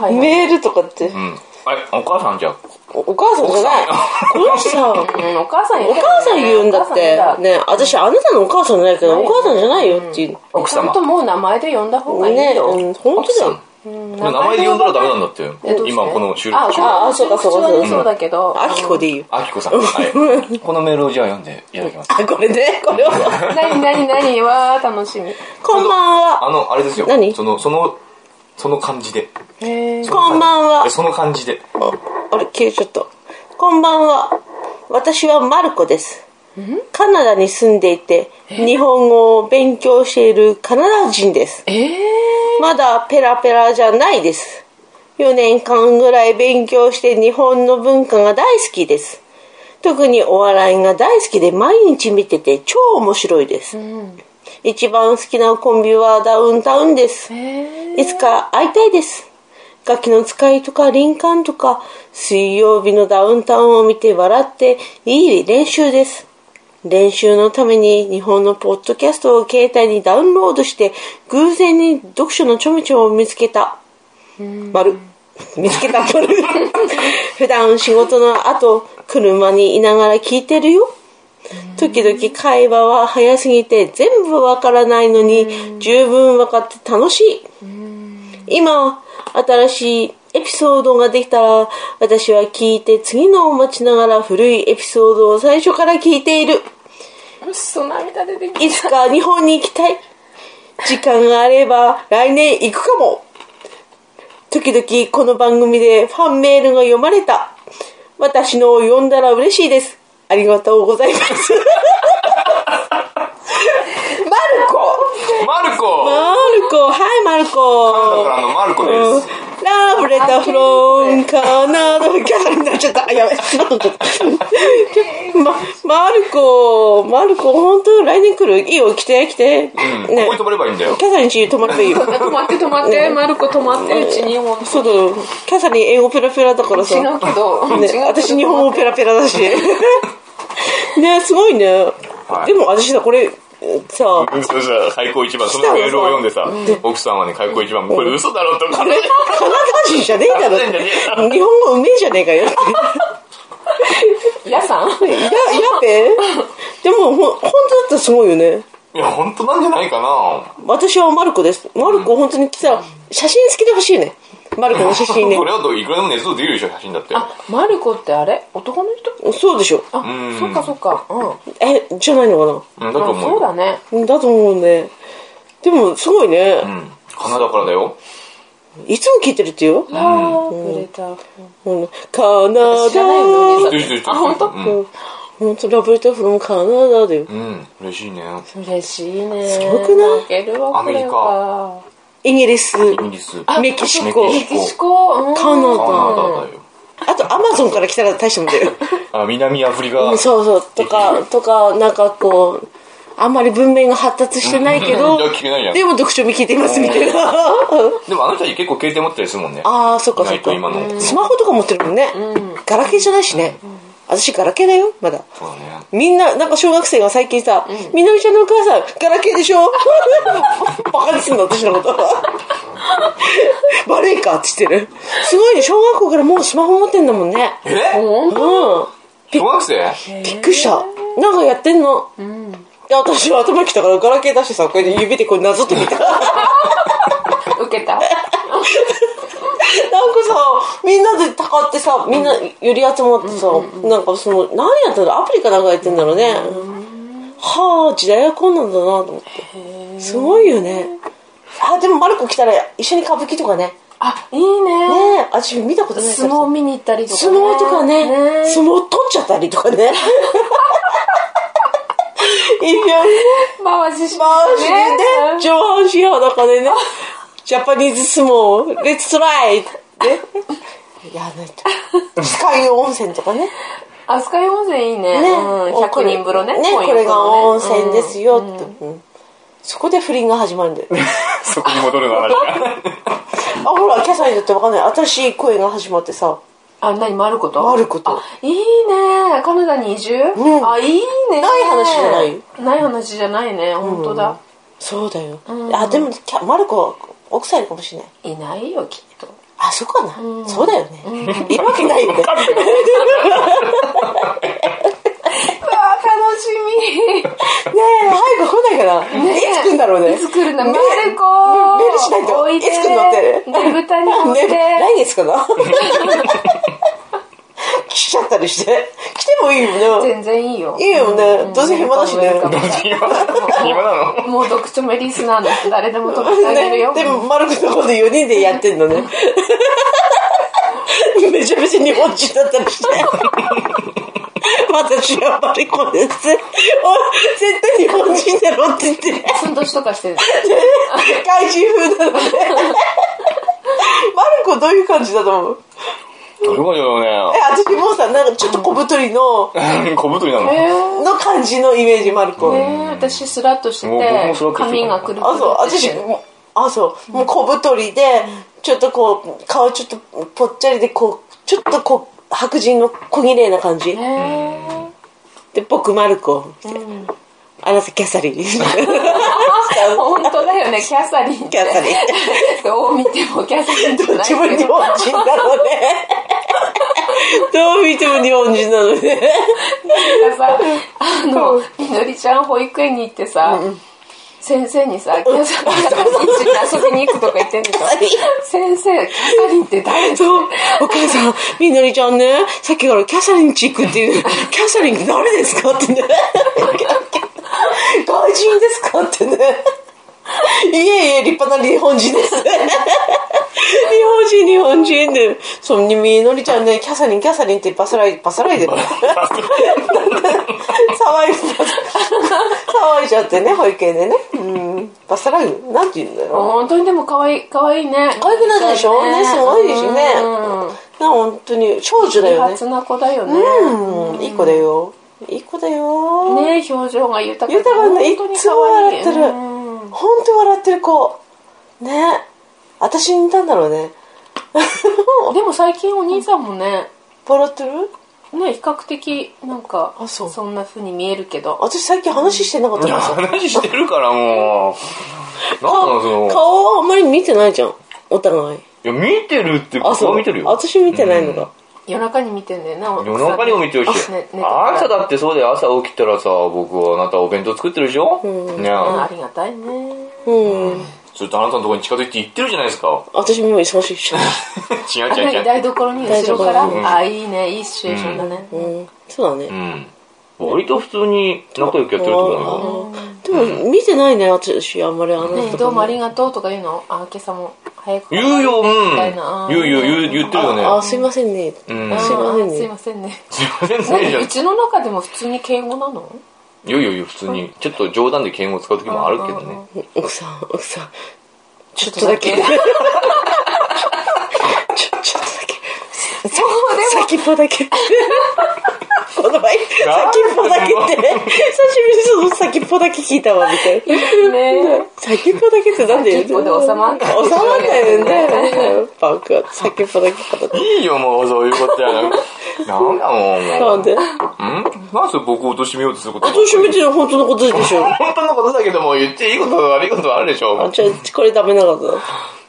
[SPEAKER 2] はい
[SPEAKER 1] メールとかって、
[SPEAKER 3] うんあれお母さんじゃあ
[SPEAKER 1] おお母さんじゃない。この人さ、 お
[SPEAKER 2] うんお母さん言うよね
[SPEAKER 1] 母さん言うんだっ
[SPEAKER 2] お母さん言う
[SPEAKER 1] て、
[SPEAKER 2] んだ
[SPEAKER 1] ね、私あなたのお母さんじゃないけど、お母さんじゃないよっていう。
[SPEAKER 3] 奥
[SPEAKER 2] ちゃん
[SPEAKER 3] 様
[SPEAKER 2] ともう名前で呼んだ方がいい
[SPEAKER 1] ね、
[SPEAKER 2] よ、
[SPEAKER 1] うん、本当だよ。
[SPEAKER 3] 名前で呼んだらダメなんだって
[SPEAKER 2] えどうして
[SPEAKER 3] 今この収
[SPEAKER 2] あ
[SPEAKER 3] 録中
[SPEAKER 2] ああそうかそうかそう
[SPEAKER 1] うん
[SPEAKER 2] そうだけど
[SPEAKER 1] あきこでいいよ。
[SPEAKER 3] あきこさん、はい、このメールをじゃあ読んでいただきます
[SPEAKER 1] あ、これね、これ は。
[SPEAKER 2] 何何何は楽しみ
[SPEAKER 1] こんばんは。
[SPEAKER 3] あのあれですよ
[SPEAKER 1] 何
[SPEAKER 3] そのそのその感じで
[SPEAKER 2] へえ
[SPEAKER 1] こんばんは
[SPEAKER 3] えその感じで
[SPEAKER 1] ああれ、消えちゃった。こんばんは。私はマルコです。カナダに住んでいて、日本語を勉強しているカナダ人です。
[SPEAKER 2] え
[SPEAKER 1] まだペラペラじゃないです。4年間ぐらい勉強して日本の文化が大好きです。特にお笑いが大好きで毎日見てて超面白いです。一番好きなコンビはダウンタウンです。いつか会いたいです。ガキの使いとか林間とか水曜日のダウンタウンを見て笑っていい練習です。練習のために日本のポッドキャストを携帯にダウンロードして偶然に読書のちょめちょめを見つけた。丸。見つけた 丸。普段仕事の後車にいながら聞いてるよ。時々会話は早すぎて全部わからないのに十分分かって楽しい。今新しいエピソードができたら私は聞いて次のを待ちながら古いエピソードを最初から聞いている
[SPEAKER 2] うっそ涙出てき
[SPEAKER 1] いつか日本に行きたい時間があれば来年行くかも時々この番組でファンメールが読まれた私のを読んだら嬉しいですありがとうございます マルコ
[SPEAKER 3] マルコ
[SPEAKER 1] マルコはいマルコ
[SPEAKER 3] だからあのマルコです
[SPEAKER 1] ラブレタフロンカナダギャラになっちゃった。あやべ、なっちゃった。ま、マルコ、マルコ、本当来年来るいいよ、来て、来て。
[SPEAKER 3] うん、ここに泊まればいいんだよ
[SPEAKER 1] キャサリン家に泊まればいいよ。
[SPEAKER 2] 止まって止まって、マルコ止まって、うちにも。
[SPEAKER 1] そうだよ。キャサリン英語ペラペラだからさ。
[SPEAKER 2] 違うけど、違う
[SPEAKER 1] ね
[SPEAKER 2] けど、
[SPEAKER 1] 私日 本語ペラペラだしねすごいね、
[SPEAKER 3] い
[SPEAKER 1] でも私さこれさ
[SPEAKER 3] そうそう開口一番そのメールを読んでさ奥さんはね開口一番これ嘘だろとかね
[SPEAKER 1] カナダ人じゃねえだろ
[SPEAKER 3] カナダ人じゃね
[SPEAKER 1] 日本語うめえじゃねえかよって
[SPEAKER 2] 嫌さん
[SPEAKER 1] いややべでもほ本当だったらすごいよね
[SPEAKER 3] いや本当なんじゃないかな
[SPEAKER 1] 私はマルコですマルコ本当にさ写真付きで欲しいねマルコの写真ね
[SPEAKER 3] これはどういくらでもねそう出るでしょ写真だって
[SPEAKER 2] あ、マルコってあれ男の人
[SPEAKER 1] そうでしょ
[SPEAKER 2] あ、
[SPEAKER 3] ん
[SPEAKER 2] そっかそっか。うん。
[SPEAKER 1] えじゃないのか
[SPEAKER 3] うんだと
[SPEAKER 2] あ
[SPEAKER 3] 思
[SPEAKER 2] そう
[SPEAKER 3] うよ
[SPEAKER 2] だね。
[SPEAKER 1] なだと思うねでもすごいね、
[SPEAKER 3] うんカナダからだよ
[SPEAKER 1] いつも聞いてるってよ、
[SPEAKER 2] あー、くれた。
[SPEAKER 1] うん、カナダ
[SPEAKER 2] 知らないのに
[SPEAKER 3] 知ってる知ってる知ってる
[SPEAKER 2] あ本当
[SPEAKER 3] うん
[SPEAKER 1] 本当ラブレターフロムカナダだよ
[SPEAKER 3] うん嬉しいね
[SPEAKER 2] 嬉しいね。
[SPEAKER 1] すごくない
[SPEAKER 2] 泣けるわ、これは。
[SPEAKER 1] イギリス
[SPEAKER 3] イギリス
[SPEAKER 1] あメキシコ
[SPEAKER 3] メ
[SPEAKER 2] メキシコ、うん
[SPEAKER 1] カナ
[SPEAKER 3] カ
[SPEAKER 1] ダ
[SPEAKER 3] ナダだよ
[SPEAKER 1] あとアマゾンから来たら大したもんだよ
[SPEAKER 3] あ南アフリカ
[SPEAKER 1] うんそうそうとかとかなんかこうあんまり文明が発達してないけど
[SPEAKER 3] うんうんじゃあ聞けないじゃん
[SPEAKER 1] でも読書見聞いてますみたいな
[SPEAKER 3] でもあの人たち結構携帯持ったりするもんね
[SPEAKER 1] ああそっかそっ
[SPEAKER 3] ないと
[SPEAKER 1] か
[SPEAKER 3] 今の
[SPEAKER 1] スマホとか持ってるもんね、ガラケーじゃないしね、私ガラケーだよまだ
[SPEAKER 3] そうだね
[SPEAKER 1] みんな、なんか小学生が最近さ、みなみちゃんのお母さん、ガラケーでしょ バカにすんの、私のこと。悪いかって言ってる。すごいね、小学校からもうスマホ持ってんだもんね。
[SPEAKER 3] え
[SPEAKER 1] うん。
[SPEAKER 3] 小学生
[SPEAKER 1] びっくりした。なんかやってんの。で、私は頭きたからガラケー出してさ、これで指でこれなぞってみた。なんか
[SPEAKER 2] 受けた。
[SPEAKER 1] さ、みんなでたかってさ、みんな寄り集まってさ、なんかその、何やってんだアプリかなんかやってんだろうね。はあ、時代はこんなんだなと思って。すごいよね。あ、でもマルコ来たら一緒に歌舞伎とかね。ね
[SPEAKER 2] あ、いいね。
[SPEAKER 1] え、私見たことないか
[SPEAKER 2] 相
[SPEAKER 1] らさ
[SPEAKER 2] 撲見に行ったりとか。
[SPEAKER 1] 相撲とかね
[SPEAKER 2] ね
[SPEAKER 1] 相撲取っちゃったりとか ねいいじゃん
[SPEAKER 2] 回しし
[SPEAKER 1] バーシーで上半身裸でねジャパニーズ相撲レッツトライねやらないと 酸ヶ湯温泉とかね
[SPEAKER 2] あすかい温泉いいね。
[SPEAKER 1] ね、
[SPEAKER 2] うん、100人風呂ね。
[SPEAKER 1] ね
[SPEAKER 2] こういう。
[SPEAKER 1] これが温泉ですすよって、うんそこで不倫が始まるんだよあ
[SPEAKER 3] そこに戻るの話が
[SPEAKER 1] ほらキャサリンだってわかんない新しい声が始まってさ
[SPEAKER 2] あ、何回ること
[SPEAKER 1] 回ること
[SPEAKER 2] あ、いいね。カナダに移住
[SPEAKER 1] うん
[SPEAKER 2] あ、いいね。
[SPEAKER 1] ない話じゃない。
[SPEAKER 2] ない話じゃないね。本当だ。
[SPEAKER 1] そうだよ、あでもキャマルコは奥さんいるかもしれない
[SPEAKER 2] いないよ、きっと。
[SPEAKER 1] あ、そうかな。そうだよね。いるわけないよね。
[SPEAKER 2] うわ ー、楽し
[SPEAKER 1] ねえ、早く来ないかな。
[SPEAKER 2] み。
[SPEAKER 1] いつ来るんだろうね。
[SPEAKER 2] いつ来るんだ、マ
[SPEAKER 1] ね
[SPEAKER 2] ルコ
[SPEAKER 1] うんメールしないと。
[SPEAKER 2] おい
[SPEAKER 1] い
[SPEAKER 2] で
[SPEAKER 1] つ来るのって。
[SPEAKER 2] ねぶたに乗って
[SPEAKER 1] ね来月かな。来ちゃったりして。来てもいいよね。
[SPEAKER 2] 全然いいよ。
[SPEAKER 1] いいよね。どうせ暇だしね。
[SPEAKER 2] うん
[SPEAKER 1] ね
[SPEAKER 3] 暇暇なの
[SPEAKER 2] もう読書メリスナーの人誰でも止めてあげるよ。
[SPEAKER 1] でも、マルコとこで4人でやってんの ね。めちゃめちゃ日本人だったりして。私はマルコです。お絶対日本人だろって言って。
[SPEAKER 2] ふんどしとかしてる。
[SPEAKER 1] 外人風なのでマルコどういう感じだと思う
[SPEAKER 3] どれまでだろ
[SPEAKER 1] え私もうさなんかちょっと小太りの、
[SPEAKER 3] うね 小太りなの
[SPEAKER 2] えー
[SPEAKER 1] の感じのイメージマルコ、
[SPEAKER 2] えー私スラッとして
[SPEAKER 3] もう僕も
[SPEAKER 2] て
[SPEAKER 3] スラッとしてる
[SPEAKER 2] 髪がくるくる
[SPEAKER 1] あそう
[SPEAKER 2] ってし
[SPEAKER 1] 私
[SPEAKER 2] てる
[SPEAKER 1] もあそうもう小太りでちょっとこう顔ちょっとぽっちゃりでこうちょっとこう白人の小綺麗な感じ
[SPEAKER 2] えー
[SPEAKER 1] で僕マルコみたいなあなたキャサリンキャサリン
[SPEAKER 2] あ本当だよねキャサリンってどう見てもキャサリンじゃない
[SPEAKER 1] 自分
[SPEAKER 2] け
[SPEAKER 1] 日
[SPEAKER 2] ど
[SPEAKER 1] 本人なのねどう見ても日本人なのね
[SPEAKER 2] なんかさあのみのりちゃん保育園に行ってさ、先生にさ、キャサリン一緒に遊びに行くとか言ってんでしょ先生、キャサリンって誰
[SPEAKER 1] そう、お母さん、みのりちゃんね、さっきからキャサリンチックっていう、キャサリンって誰ですかってね。外人ですかってね。いえいえ、立派な日本人です。日本人、日本人で、そう、みのりちゃんね、キャサリン、キャサリンってバサライ、バサライで。騒い、騒いじゃってね、保育園でね。うん、バサライ、なんて言うんだろう。
[SPEAKER 2] 本当にでも可愛い、可愛いね。
[SPEAKER 1] 可愛くなるでしょねすごいですね
[SPEAKER 2] うん
[SPEAKER 1] な本当に少女だ
[SPEAKER 2] 奇
[SPEAKER 1] よね
[SPEAKER 2] 抜な子だよね。
[SPEAKER 1] うんいい子だよいい子だよ、
[SPEAKER 2] ねえ表情が豊かで
[SPEAKER 1] 豊かな
[SPEAKER 2] 本当に
[SPEAKER 1] いつも
[SPEAKER 2] 可愛い
[SPEAKER 1] 笑ってる
[SPEAKER 2] うん
[SPEAKER 1] 本当笑ってる子ね私に似たんだろうね
[SPEAKER 2] でも最近お兄さんもね
[SPEAKER 1] 笑ってる
[SPEAKER 2] ね比較的なんか
[SPEAKER 1] あそうん
[SPEAKER 2] な風に見えるけど
[SPEAKER 1] 私最近話してなかった
[SPEAKER 3] いや
[SPEAKER 1] からさ
[SPEAKER 3] 話してるからもうなんなのその
[SPEAKER 1] 顔はあんまり見てないじゃんお互い
[SPEAKER 3] いや見てるって
[SPEAKER 1] あ
[SPEAKER 3] 顔見てるよ
[SPEAKER 1] 私見てないのか、
[SPEAKER 2] 夜中に見てんだよな
[SPEAKER 3] 夜中にも見てるし、
[SPEAKER 2] ね寝てから
[SPEAKER 3] あんただってそうで朝起きたらさ僕はあなたお弁当作ってるでしょ、ねえ
[SPEAKER 2] うんありがたいね
[SPEAKER 1] うん、
[SPEAKER 3] ちょっとあなたのところに近づいて行ってるじゃないですか
[SPEAKER 1] 私もう忙しいし、
[SPEAKER 3] 違う違う違う、
[SPEAKER 2] 台所に後ろから、
[SPEAKER 1] 台所
[SPEAKER 3] に
[SPEAKER 2] あいいねいいシチュエーションだね、
[SPEAKER 1] うん、そうだね、
[SPEAKER 3] うん、割と普通に仲良くやってると思うよ
[SPEAKER 1] でも見てないね私あんまりあの人
[SPEAKER 2] ねどうもありがとうとか言うのあ今朝も早く
[SPEAKER 3] 言うよ、うん
[SPEAKER 2] みたいな、、
[SPEAKER 3] 言うよ言う言ってるよね
[SPEAKER 1] あすいませんね、
[SPEAKER 3] うん
[SPEAKER 1] すいませんね
[SPEAKER 2] すいませんね
[SPEAKER 3] すいませんねじゃ
[SPEAKER 2] うちの中でも普通に敬語な の
[SPEAKER 3] 言うよ言う普通にちょっと冗談で敬語使う時もあるけどね
[SPEAKER 1] 奥さん奥さんちょっとだけちょちょっとだけ
[SPEAKER 2] そうでも
[SPEAKER 1] 先っぽ だけこの前先っぽだけって久しぶりにその先っぽだけ聞いたわみたいな
[SPEAKER 2] ね
[SPEAKER 1] 先っぽだけってなんで言う
[SPEAKER 2] 先っぽで収まんない
[SPEAKER 1] 収まんないよ ねバカ先っぽだけかと思っ
[SPEAKER 3] いいよもうそういうことやななんだもん
[SPEAKER 1] た
[SPEAKER 3] もう
[SPEAKER 1] なんで
[SPEAKER 3] んなんで僕を貶めようとすること
[SPEAKER 1] どうしよう別に本当のことでしょ
[SPEAKER 3] 本当のことだけども言っていいこと悪いことはあるでしょ
[SPEAKER 1] あじゃあこれダメなかっ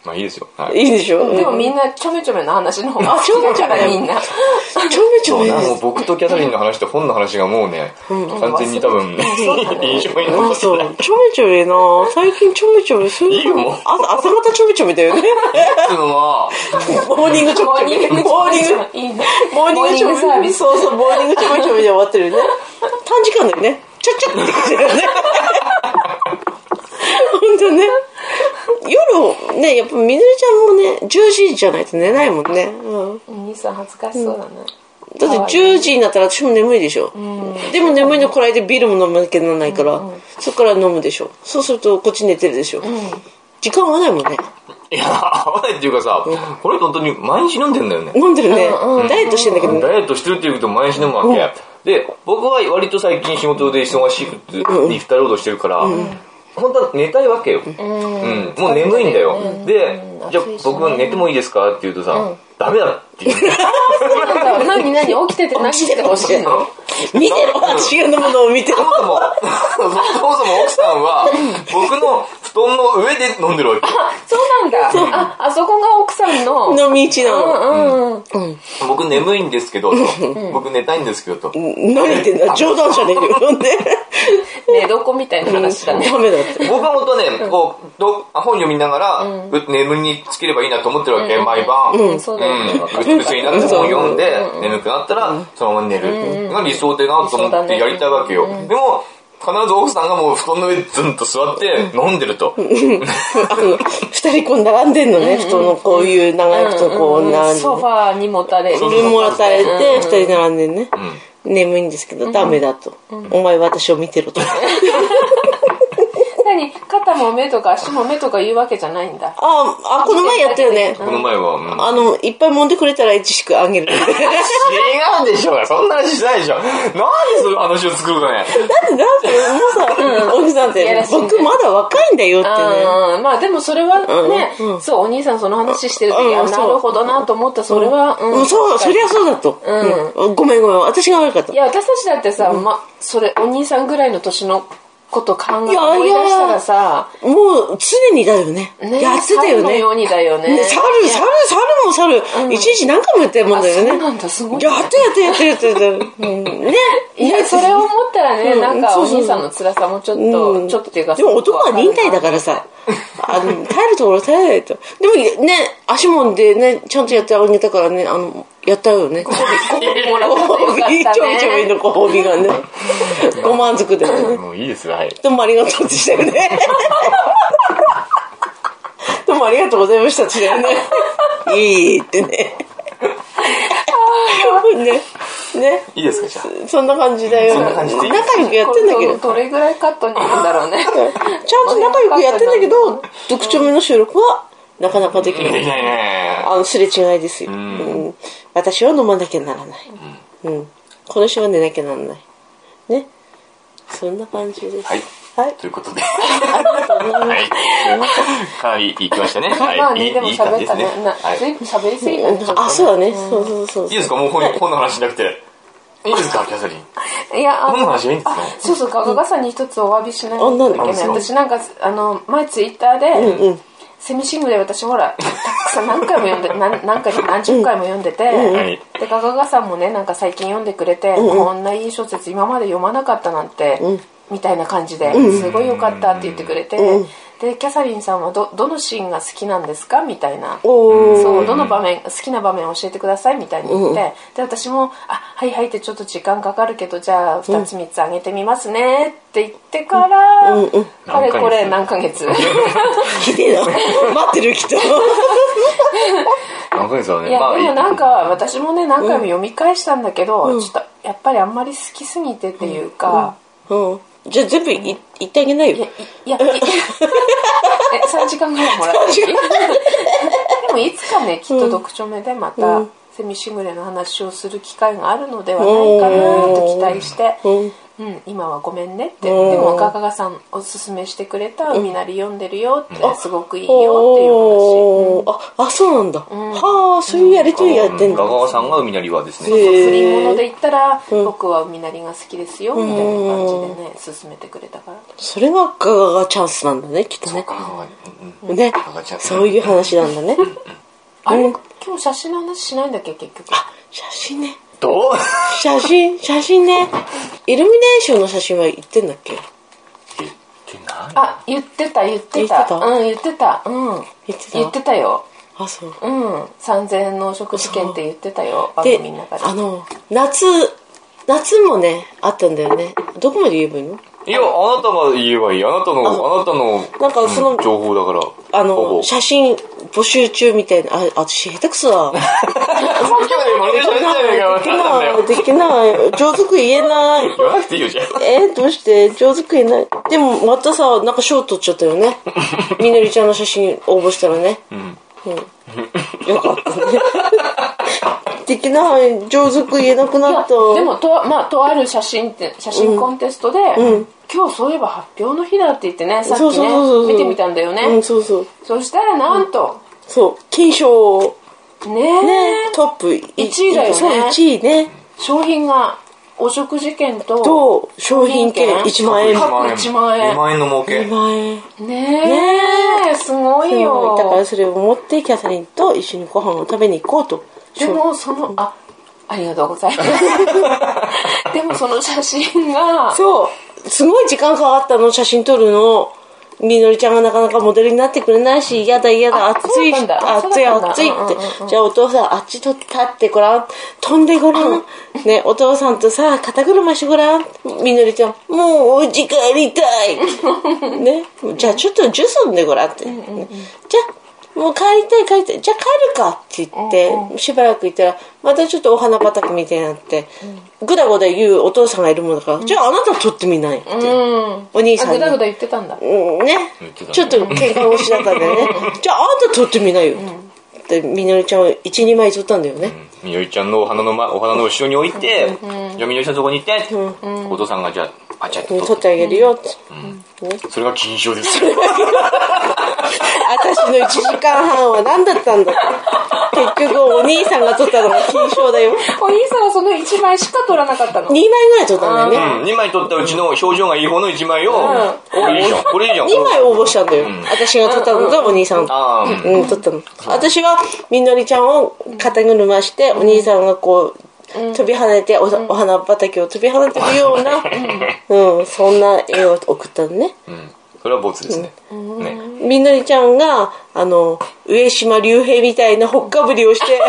[SPEAKER 3] まあいいですよ、
[SPEAKER 1] た
[SPEAKER 3] はい、
[SPEAKER 1] いいでしょ
[SPEAKER 2] でもみんなちょめちょめの話の方が好
[SPEAKER 1] ちょ
[SPEAKER 2] きだ
[SPEAKER 1] めち
[SPEAKER 2] か
[SPEAKER 1] ょめ
[SPEAKER 2] らみんな
[SPEAKER 1] ちょめちょ
[SPEAKER 3] そう
[SPEAKER 1] め
[SPEAKER 3] な
[SPEAKER 1] で
[SPEAKER 3] もう
[SPEAKER 1] す
[SPEAKER 3] 僕とキャサリンの話と本の話がもうね、完全に多分、 印象に残
[SPEAKER 1] あ
[SPEAKER 3] って
[SPEAKER 1] そうちょめちょめな最近ちょめちょめする
[SPEAKER 3] いいよもう
[SPEAKER 1] 朝朝方ちょめちょめだよね
[SPEAKER 3] るのは
[SPEAKER 1] モーニングちょ
[SPEAKER 2] モー
[SPEAKER 1] め
[SPEAKER 2] ニ
[SPEAKER 1] ち
[SPEAKER 2] ン
[SPEAKER 1] ょ
[SPEAKER 2] グ
[SPEAKER 1] めモーニング
[SPEAKER 2] いいね
[SPEAKER 1] モーニングちょめち
[SPEAKER 2] サ
[SPEAKER 1] ょ
[SPEAKER 2] ー
[SPEAKER 1] め
[SPEAKER 2] ビス
[SPEAKER 1] そうそうモーニングちょめちょめで終わってるよね短時間だよねちゃっちゃって感じだよね 本当ね夜ねやっぱみずるちゃんもね10時じゃないと寝ないもんね、うん
[SPEAKER 2] お兄さん恥ずかしそうだね、
[SPEAKER 1] だって10時になったら私も眠いでしょ、でも眠いのこらえてビールも飲まなきゃならないから、そっから飲むでしょそうするとこっち寝てるでしょ、時間合わないもんね
[SPEAKER 3] いや合わないっていうかさ、これ本当に毎日飲んでんだよね、
[SPEAKER 1] 飲んでるね、ダイエットしてんだけど、
[SPEAKER 3] ダイエットしてるっていうことも毎日飲むわけ、で僕は割と最近仕事で忙しくてリフタロードしてるから、本当は寝たいわけよ、うんもう眠いんだよ、で、じゃあ僕は寝てもいいですかって言うとさ、ダメだって言う
[SPEAKER 2] なんか何何起きてて何してほしいの
[SPEAKER 1] 見てろ私が飲むのを見て
[SPEAKER 3] そ
[SPEAKER 1] ろ
[SPEAKER 3] もそも、 そもそも奥さんは、僕の布団の上で飲んでるわけ。
[SPEAKER 2] そうなんだああそこが奥さんの
[SPEAKER 1] 飲み道なの、
[SPEAKER 2] うんうん
[SPEAKER 3] 僕眠いんですけど、と僕寝たいんですけど、と。
[SPEAKER 1] 何言ってんだ冗談じゃねえよ飲んで
[SPEAKER 2] 寝床みたいな話だね
[SPEAKER 1] ダメだって
[SPEAKER 3] 僕は本当はね、こう、ど本読みながら、う眠りにつければいいなと思ってるわけ、毎晩。うん。うつ
[SPEAKER 2] そうだよね
[SPEAKER 3] ぶつになって本を読んで、眠くなったら、そのまま寝る。が理想的なと
[SPEAKER 2] そうだ
[SPEAKER 3] 思っ
[SPEAKER 2] ね
[SPEAKER 3] てやりたいわけよ。でも、必ず奥さんがもう布団の上にずんと座って飲んでると。
[SPEAKER 1] あの二人こう並んでんのね、布団のこういう長い布団こう並んで、
[SPEAKER 2] ソファーにもたれ
[SPEAKER 3] そう
[SPEAKER 1] ルームを与えて二人並んでね、眠いんですけどダメだと、お前私を見てろと
[SPEAKER 2] 何肩も目とか足も目とか言うわけじゃないんだ
[SPEAKER 1] ああ、この前やったよね。
[SPEAKER 3] この前は、うん
[SPEAKER 1] あの、いっぱい揉んでくれたらエッチしくあげる。
[SPEAKER 3] 違うでしょうがそんな話しないでしょなんでそういう話を作るか ね
[SPEAKER 1] なんで、もうさ、奥さんっ
[SPEAKER 2] いや
[SPEAKER 1] て
[SPEAKER 2] ら、しいね
[SPEAKER 1] 僕まだ若いんだよってね。
[SPEAKER 2] うんまあでもそれはね、
[SPEAKER 1] うん
[SPEAKER 2] そうお兄さんその話してる時、
[SPEAKER 1] うん
[SPEAKER 2] あなるほどなと思ったそれは、うん
[SPEAKER 1] うん、そう、そりゃそうだと。うんごめんごめん、私が悪かった
[SPEAKER 2] い。や私たちだってさ、ま、それお兄さんぐらいの年のこと考え思い出したらさ
[SPEAKER 1] もう、常にだよね。
[SPEAKER 2] ね
[SPEAKER 1] やってたよ
[SPEAKER 2] 猿の
[SPEAKER 1] ね。
[SPEAKER 2] ようにだよね
[SPEAKER 1] ね、猿、猿、猿も猿、一日何回もやってるもんだよ
[SPEAKER 2] あそう
[SPEAKER 1] ね。
[SPEAKER 2] なんだすごい
[SPEAKER 1] やってやってやってやってやって。うんね。
[SPEAKER 2] いやそれを思ったらね、
[SPEAKER 1] うん
[SPEAKER 2] なんか
[SPEAKER 1] そ
[SPEAKER 2] お
[SPEAKER 1] うそうそう
[SPEAKER 2] 兄さんの辛さもちょっと、
[SPEAKER 1] うん
[SPEAKER 2] ちょっとっていうか
[SPEAKER 1] でも男は忍耐だかららさあの耐えるところ耐えないとでもね足もんでねちゃんとやってあげたからねあのやったよねご
[SPEAKER 2] ご褒美もらったってよかった
[SPEAKER 1] 褒美
[SPEAKER 2] ね
[SPEAKER 1] ちょびちょびのご褒美がねご満足でね
[SPEAKER 3] もういいですはい
[SPEAKER 1] どうもありがとうでしたよねどうもありがとうございましたって言ったよねいいってねねね
[SPEAKER 3] いいですかじゃあ
[SPEAKER 1] そんな感じだよ
[SPEAKER 3] そんな感じでいいです
[SPEAKER 1] 仲良くやってんだけど
[SPEAKER 2] どれぐらいカットになるんだろう ね
[SPEAKER 1] ちゃんと仲良くやってんだけど、読書目の収録はなかなかでき
[SPEAKER 3] で
[SPEAKER 1] な
[SPEAKER 3] き
[SPEAKER 1] い。
[SPEAKER 3] ないね
[SPEAKER 1] あの、すれ違いですよ。うんん私は飲まなきゃならない。うん。この人は寝なきゃならない。ねそんな感じです
[SPEAKER 3] はい
[SPEAKER 1] はい
[SPEAKER 3] ということで、
[SPEAKER 1] ありがとうございます
[SPEAKER 3] はい、かなり行きましたね。はい、
[SPEAKER 2] まあ
[SPEAKER 3] い
[SPEAKER 2] ね、
[SPEAKER 3] い
[SPEAKER 2] でも
[SPEAKER 3] いい感じ
[SPEAKER 2] 喋
[SPEAKER 3] で
[SPEAKER 2] った
[SPEAKER 3] す
[SPEAKER 2] ね
[SPEAKER 3] ね。。
[SPEAKER 2] な
[SPEAKER 3] はい、
[SPEAKER 2] ず
[SPEAKER 3] い
[SPEAKER 2] いぶん喋りすぎたねちょっとね
[SPEAKER 1] あそうだね、そうそうそう
[SPEAKER 3] いですかもう本本の話しなくて。いいですかキャサリン。
[SPEAKER 2] いや、あ
[SPEAKER 3] 本の話はいいんです
[SPEAKER 2] あ
[SPEAKER 3] ね。
[SPEAKER 2] そうそう、ガガガさんに一つお詫びしない
[SPEAKER 1] あな
[SPEAKER 2] と
[SPEAKER 1] ん
[SPEAKER 2] いけない。
[SPEAKER 3] なんです
[SPEAKER 2] 私なんか、あの、前ツイッターで、セミシングで私ほら、たくさん何回も 読んで、何何回も何十回も読んでて、
[SPEAKER 3] はい
[SPEAKER 2] で、ガガガさんもね、なんか最近読んでくれて、こんないい小説今まで読まなかったなんて、みたいな感じで、すごいよかったって言ってくれて、で、キャサリンさんはど、どのシーンが好きなんですかみたいな。
[SPEAKER 1] おー
[SPEAKER 2] そうどの場面好きな場面教えてくださいみたいに言って、で私も「あはいはい」ってちょっと時間かかるけどじゃあ2つ3つあげてみますねって言ってから、かれこれ何ヶ月
[SPEAKER 1] ひでえな待ってるきっと
[SPEAKER 3] 何ヶ月だね。
[SPEAKER 2] いや
[SPEAKER 3] まあ
[SPEAKER 2] でもなんか
[SPEAKER 3] いい
[SPEAKER 2] 私もね何回も読み返したんだけど、ちょっとやっぱりあんまり好きすぎてっていうか、
[SPEAKER 1] うんじゃあ全部い言ってあげ ないよ
[SPEAKER 2] いやい やいえ3時間ぐらいもらっていいでもいつ かねきっと読書目でまた、セミシングレの話をする機会があるのではないかなと期待して、うん、今はごめんねって、でもガガガさんおすすめしてくれた「海なり読んでるよ」って、すごくいいよっていう話、
[SPEAKER 1] おーああそうなんだ、はあそういうやりとりやってんだ、
[SPEAKER 3] ガガガさんが海なりはです
[SPEAKER 1] へ
[SPEAKER 3] ね。
[SPEAKER 1] ー
[SPEAKER 2] 不倫物で言ったら、僕は海なりが好きですよ」みたいな感じでね勧めてくれたから。
[SPEAKER 1] それがガガガチャンスなんだねきっと
[SPEAKER 3] そう
[SPEAKER 1] ね
[SPEAKER 3] かガガガうんうん
[SPEAKER 1] ね
[SPEAKER 3] ガガチャンス
[SPEAKER 1] そういう話なんだね
[SPEAKER 2] あ
[SPEAKER 1] う
[SPEAKER 2] れ
[SPEAKER 1] ん
[SPEAKER 2] 今日写真の話しないんだっけ結局
[SPEAKER 1] 写真ね
[SPEAKER 3] どう？
[SPEAKER 1] 写真写真ねイルミネーションの写真は言ってんだっけ
[SPEAKER 3] 言ってない。
[SPEAKER 2] あ言ってた言って
[SPEAKER 1] 言
[SPEAKER 2] た
[SPEAKER 1] ってた
[SPEAKER 2] うん言ってたうん
[SPEAKER 1] 言ってた
[SPEAKER 2] 言ってたよ
[SPEAKER 1] あそう
[SPEAKER 2] うん3000の食事券って言ってたよ番
[SPEAKER 1] で
[SPEAKER 2] 組の中で
[SPEAKER 1] あの夏夏もねあったんだよねどこまで言えばいいの
[SPEAKER 3] いやあなたが言えばいい。あなたのあなたの
[SPEAKER 1] なんかその
[SPEAKER 3] うん情報だから。
[SPEAKER 1] あ
[SPEAKER 3] ほぼ
[SPEAKER 1] の写真募集中みたいなあ私下手くそだ
[SPEAKER 3] さっきまでまるで喋ってたよう
[SPEAKER 1] で
[SPEAKER 3] に
[SPEAKER 1] き
[SPEAKER 3] 言わ
[SPEAKER 1] な
[SPEAKER 3] れたん
[SPEAKER 1] い
[SPEAKER 3] だよ。
[SPEAKER 1] できない上手く言えない
[SPEAKER 3] 言わなくていいよじゃあ。
[SPEAKER 1] えー、どうして上手く言えないでもまたさなんか賞取っちゃったよ ねみのりちゃんの写真応募したらねうん、よかったねできない上手く言えなく
[SPEAKER 2] い
[SPEAKER 1] な
[SPEAKER 2] や
[SPEAKER 1] った
[SPEAKER 2] でもと,、まあ、とある写真って写真コンテストで、今日そういえば発表の日だって言ってねさっき
[SPEAKER 1] そ
[SPEAKER 2] ね
[SPEAKER 1] うそうそうそう
[SPEAKER 2] 見てみたんだよね、
[SPEAKER 1] うんそうそう
[SPEAKER 2] そしたらなんと、
[SPEAKER 1] そう金賞を
[SPEAKER 2] ねえ、
[SPEAKER 1] ねトップい
[SPEAKER 2] 一位だよね
[SPEAKER 1] そう1位ね
[SPEAKER 2] 商品がお食事券と
[SPEAKER 1] と商品券1万円
[SPEAKER 2] 各1万円
[SPEAKER 3] 2万円の儲け
[SPEAKER 1] 2。万円
[SPEAKER 2] ねえすごいよ
[SPEAKER 1] だからそれを持ってキャサリンと一緒にご飯を食べに行こうと
[SPEAKER 2] でもそのあありがとうございます でもその写真が
[SPEAKER 1] そうすごい時間かかったの写真撮るのみのりちゃんがなかなかモデルになってくれないし嫌だ嫌だ
[SPEAKER 2] あ
[SPEAKER 1] 暑い
[SPEAKER 2] そうだったんだ
[SPEAKER 1] 暑い
[SPEAKER 2] そうだったんだ
[SPEAKER 1] 暑いって
[SPEAKER 2] うんうん
[SPEAKER 1] じゃあお父さんあっち撮って立ってごらん飛んでごらんねお父さんとさ肩車してごらんみのりちゃんもうお家帰りたいねじゃあちょっとジュース飲んでごらんって、じゃあもう帰りたい帰りたいじゃあ帰るかって言って、しばらくいたらまたちょっとお花畑みたいになって、ぐだぐだ言うお父さんがいるもんだから、じゃああなた撮ってみないって、
[SPEAKER 2] うん
[SPEAKER 1] お兄さん
[SPEAKER 2] あ
[SPEAKER 1] に
[SPEAKER 2] ぐだぐだ言ってたんだ
[SPEAKER 1] うんね
[SPEAKER 3] 言ってたね
[SPEAKER 1] ちょっと喧嘩をしだったん だよねじゃああんた撮ってみないよって、みのりちゃんを12枚撮ったんだよね、
[SPEAKER 3] みよりちゃんのお花の、ま、お花の後ろに置いて、じゃあみよりちゃんのとこに行って、お父さんがじゃあ、あちゃっと
[SPEAKER 1] 撮ってあげるよって、
[SPEAKER 3] それが金賞です。
[SPEAKER 1] 私の1時間半は何だったんだって結局お兄さんが撮ったのが金賞だよ
[SPEAKER 2] お兄さんはその1枚しか取らなかったの
[SPEAKER 1] 2枚ぐらい撮ったんだ
[SPEAKER 3] う
[SPEAKER 1] よね
[SPEAKER 3] ん、2枚取ったうちの表情がいい方の1枚を、これいいじゃん、これいいじゃん。
[SPEAKER 1] 2枚応募したんだよ、私が撮ったのとお兄さん
[SPEAKER 3] ああ、うん
[SPEAKER 1] うん、撮ったの。私はみのりちゃんを肩車して、お兄さんがこう、飛び跳ねておさ、お花畑を飛び跳ねてるような、うん、そんな絵を送ったのね。
[SPEAKER 3] うん。それはボツですね。ね。
[SPEAKER 1] みのりちゃんが、あの、上島竜兵みたいなほっかぶりを して、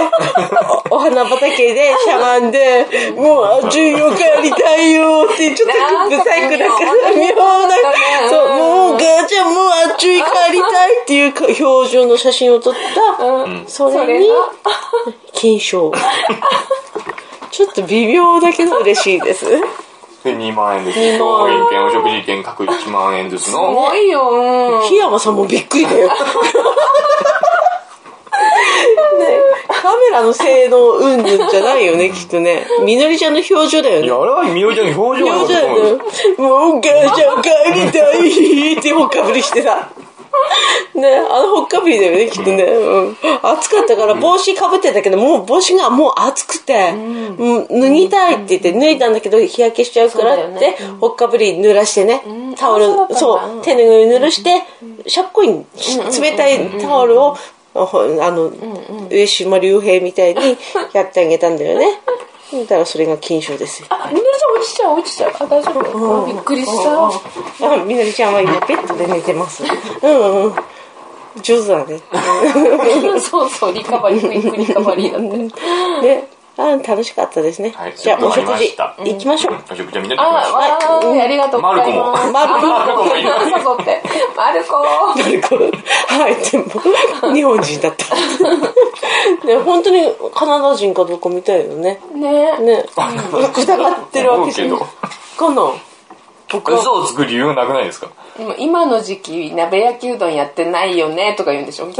[SPEAKER 1] おお花畑でしゃがんで、もう、あ14帰りたいよって、ちょっと不細工だから、妙な、そう、もう、ガチャもうあっちゅい帰りたいっていう表情の写真を撮った、
[SPEAKER 2] うん
[SPEAKER 1] そ
[SPEAKER 2] そ
[SPEAKER 1] れ
[SPEAKER 2] れ
[SPEAKER 1] に
[SPEAKER 2] が
[SPEAKER 1] 金 賞ちょっと微妙だけど嬉しいです
[SPEAKER 3] で、2万円です。商品券、お食事券、各1万円ず
[SPEAKER 2] す
[SPEAKER 3] つの。
[SPEAKER 2] ごいようん
[SPEAKER 1] 檜山さんもびっくりだよねかメラの性能うんぬんじゃないよね、きっとね。みのりちゃんの表情だよ
[SPEAKER 3] い
[SPEAKER 1] ね
[SPEAKER 3] や。あれはみおりちゃんの表情
[SPEAKER 1] 表情だ
[SPEAKER 3] だと思う
[SPEAKER 1] よ
[SPEAKER 3] よ
[SPEAKER 1] ね。もうお母ちゃん帰りたいってほっかぶりしてさ。ね、あのほっかぶりだよね、きっとね。うん。暑かったから帽子かぶってたけど、もう帽子がもう暑くて、うん、脱ぎたいって言って脱いだんだけど日焼けしちゃうから
[SPEAKER 2] そう
[SPEAKER 1] っ
[SPEAKER 2] だよ
[SPEAKER 1] て
[SPEAKER 2] ね、
[SPEAKER 1] ほっかぶり濡らしてね
[SPEAKER 2] ん、
[SPEAKER 1] タオル
[SPEAKER 2] あそうだっ、たんだ
[SPEAKER 1] そう
[SPEAKER 2] う、ん
[SPEAKER 1] 手ぬぐい濡らして、シャッコイン、冷たいタオルを、ほあの、上島竜兵みたいにやってあげたんだよね。だからそれが金賞ですよ。
[SPEAKER 2] あみのりちゃん落ちちゃう落ちちゃうあ大丈夫びっくりした
[SPEAKER 1] あみのりちゃんは今ベッドで寝てます。うんうん。上手だね。
[SPEAKER 2] そうそう、リカバリー、クイックリカバリーだって。
[SPEAKER 1] ね。あ楽しかったですね。
[SPEAKER 3] はい
[SPEAKER 1] じゃあお食
[SPEAKER 3] わかりま
[SPEAKER 1] 事
[SPEAKER 3] した
[SPEAKER 1] 行きましょう。
[SPEAKER 3] お食事はみんなで行きましょ
[SPEAKER 2] あ、わーい、ありがとう
[SPEAKER 3] う
[SPEAKER 2] ご
[SPEAKER 3] マル
[SPEAKER 2] ざ
[SPEAKER 3] コ
[SPEAKER 2] い
[SPEAKER 3] も
[SPEAKER 2] ます。
[SPEAKER 1] マルコ
[SPEAKER 3] マルコもいい
[SPEAKER 2] 誘って。マルコ
[SPEAKER 1] はい、でも、日本人だった。ね、本当にカナダ人かどうかみたいよね。
[SPEAKER 2] ね
[SPEAKER 1] ね。疑ってるわけじゃない。
[SPEAKER 3] 思う
[SPEAKER 1] かな僕は
[SPEAKER 3] 嘘をつく理由なくないですか
[SPEAKER 2] でも今の時期、鍋焼きうどんやってないよね、とか言うんでしょ。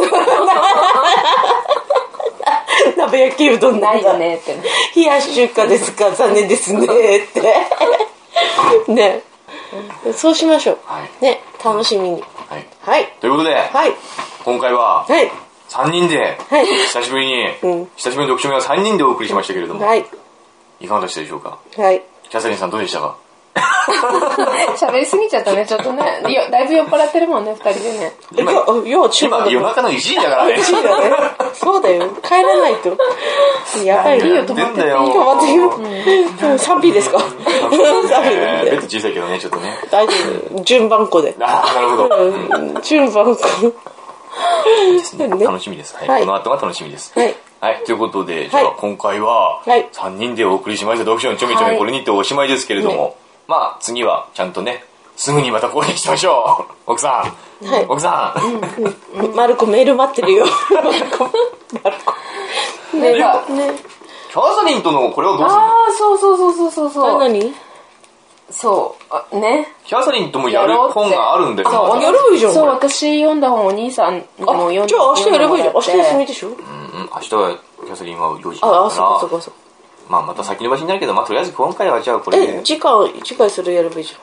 [SPEAKER 1] 鍋焼きうどん
[SPEAKER 2] な
[SPEAKER 1] なん
[SPEAKER 2] い
[SPEAKER 1] だ
[SPEAKER 2] よ。ね、ってね。
[SPEAKER 1] 冷やし中華ですか残念ですねって。 ね。そうしましょう
[SPEAKER 3] はい。
[SPEAKER 1] ね。楽しみに。
[SPEAKER 3] はい
[SPEAKER 1] はい。
[SPEAKER 3] ということで
[SPEAKER 1] はい。
[SPEAKER 3] 今回は
[SPEAKER 1] はい。
[SPEAKER 3] 3人で
[SPEAKER 1] はい
[SPEAKER 3] 久しぶりに
[SPEAKER 1] うん
[SPEAKER 3] 久しぶりの読書会を3人でお送りしましたけれども
[SPEAKER 1] はい。
[SPEAKER 3] いかがでしたでしょうか
[SPEAKER 1] はい。
[SPEAKER 3] キャサリンさんどうでしたか
[SPEAKER 2] 喋りすぎちゃったね、ちょっとね。いやだいぶ酔っ払ってるもんね、二人でね。
[SPEAKER 1] え
[SPEAKER 3] 今
[SPEAKER 1] 今日、よう中
[SPEAKER 3] 今
[SPEAKER 1] 華
[SPEAKER 3] 夜中の1時だからね
[SPEAKER 1] そうだね。そうだよ。帰らないと。やばい
[SPEAKER 2] いいよ
[SPEAKER 1] よ。
[SPEAKER 2] 止
[SPEAKER 3] 止
[SPEAKER 2] ま
[SPEAKER 3] ま
[SPEAKER 2] っ
[SPEAKER 3] ってて
[SPEAKER 2] て
[SPEAKER 3] んだよ
[SPEAKER 1] 止まってるよ。3P ですか ?3P。
[SPEAKER 3] えーベッド小さいけどねちょっとね
[SPEAKER 1] 大丈夫。順番こで。
[SPEAKER 3] あーなるほど、うん
[SPEAKER 1] うん順番こ。
[SPEAKER 3] いいですね
[SPEAKER 1] ね
[SPEAKER 3] 楽しみです、はい
[SPEAKER 1] はい
[SPEAKER 3] この後が楽しみです
[SPEAKER 1] はい、
[SPEAKER 3] ということでじゃあ
[SPEAKER 1] はい
[SPEAKER 3] 今回は
[SPEAKER 1] はい
[SPEAKER 3] 3人でお送りしました読書のちょめちょ
[SPEAKER 2] は
[SPEAKER 3] め
[SPEAKER 2] い
[SPEAKER 3] これにておしまいですけれども、まあ次はちゃんとねすぐにまた購入しましょう 奥さん、
[SPEAKER 1] はい
[SPEAKER 3] 奥さん、
[SPEAKER 1] マルコメール待ってるよ。マルコ。マル
[SPEAKER 2] ねあ
[SPEAKER 1] コ。ね。
[SPEAKER 3] キャサリンとのこれをどうするの
[SPEAKER 2] あー、そうそうそうそうそうそう。
[SPEAKER 1] 何
[SPEAKER 2] そうあ、ね。
[SPEAKER 3] キャサリンともやる本があるんだよ
[SPEAKER 2] そ
[SPEAKER 3] ま
[SPEAKER 2] う
[SPEAKER 3] だ
[SPEAKER 2] お
[SPEAKER 1] やればいいじゃん
[SPEAKER 2] そう、私読んだ本お兄さんにも
[SPEAKER 1] あ、じ
[SPEAKER 2] 読
[SPEAKER 1] ゃ
[SPEAKER 2] ん
[SPEAKER 1] あ
[SPEAKER 2] で
[SPEAKER 1] 明日やればいいじゃん。明日
[SPEAKER 2] 読
[SPEAKER 1] 休
[SPEAKER 2] でもら
[SPEAKER 1] み
[SPEAKER 2] って
[SPEAKER 1] でしょ
[SPEAKER 3] うん明日はキャサリンは4時だから
[SPEAKER 1] あ、あ、そっかそっかそっか。
[SPEAKER 3] まあまた先延ばしになるけど、まあとりあえず今回はじゃあこれ
[SPEAKER 1] え、
[SPEAKER 3] で
[SPEAKER 1] 次回、次回それやればいいじ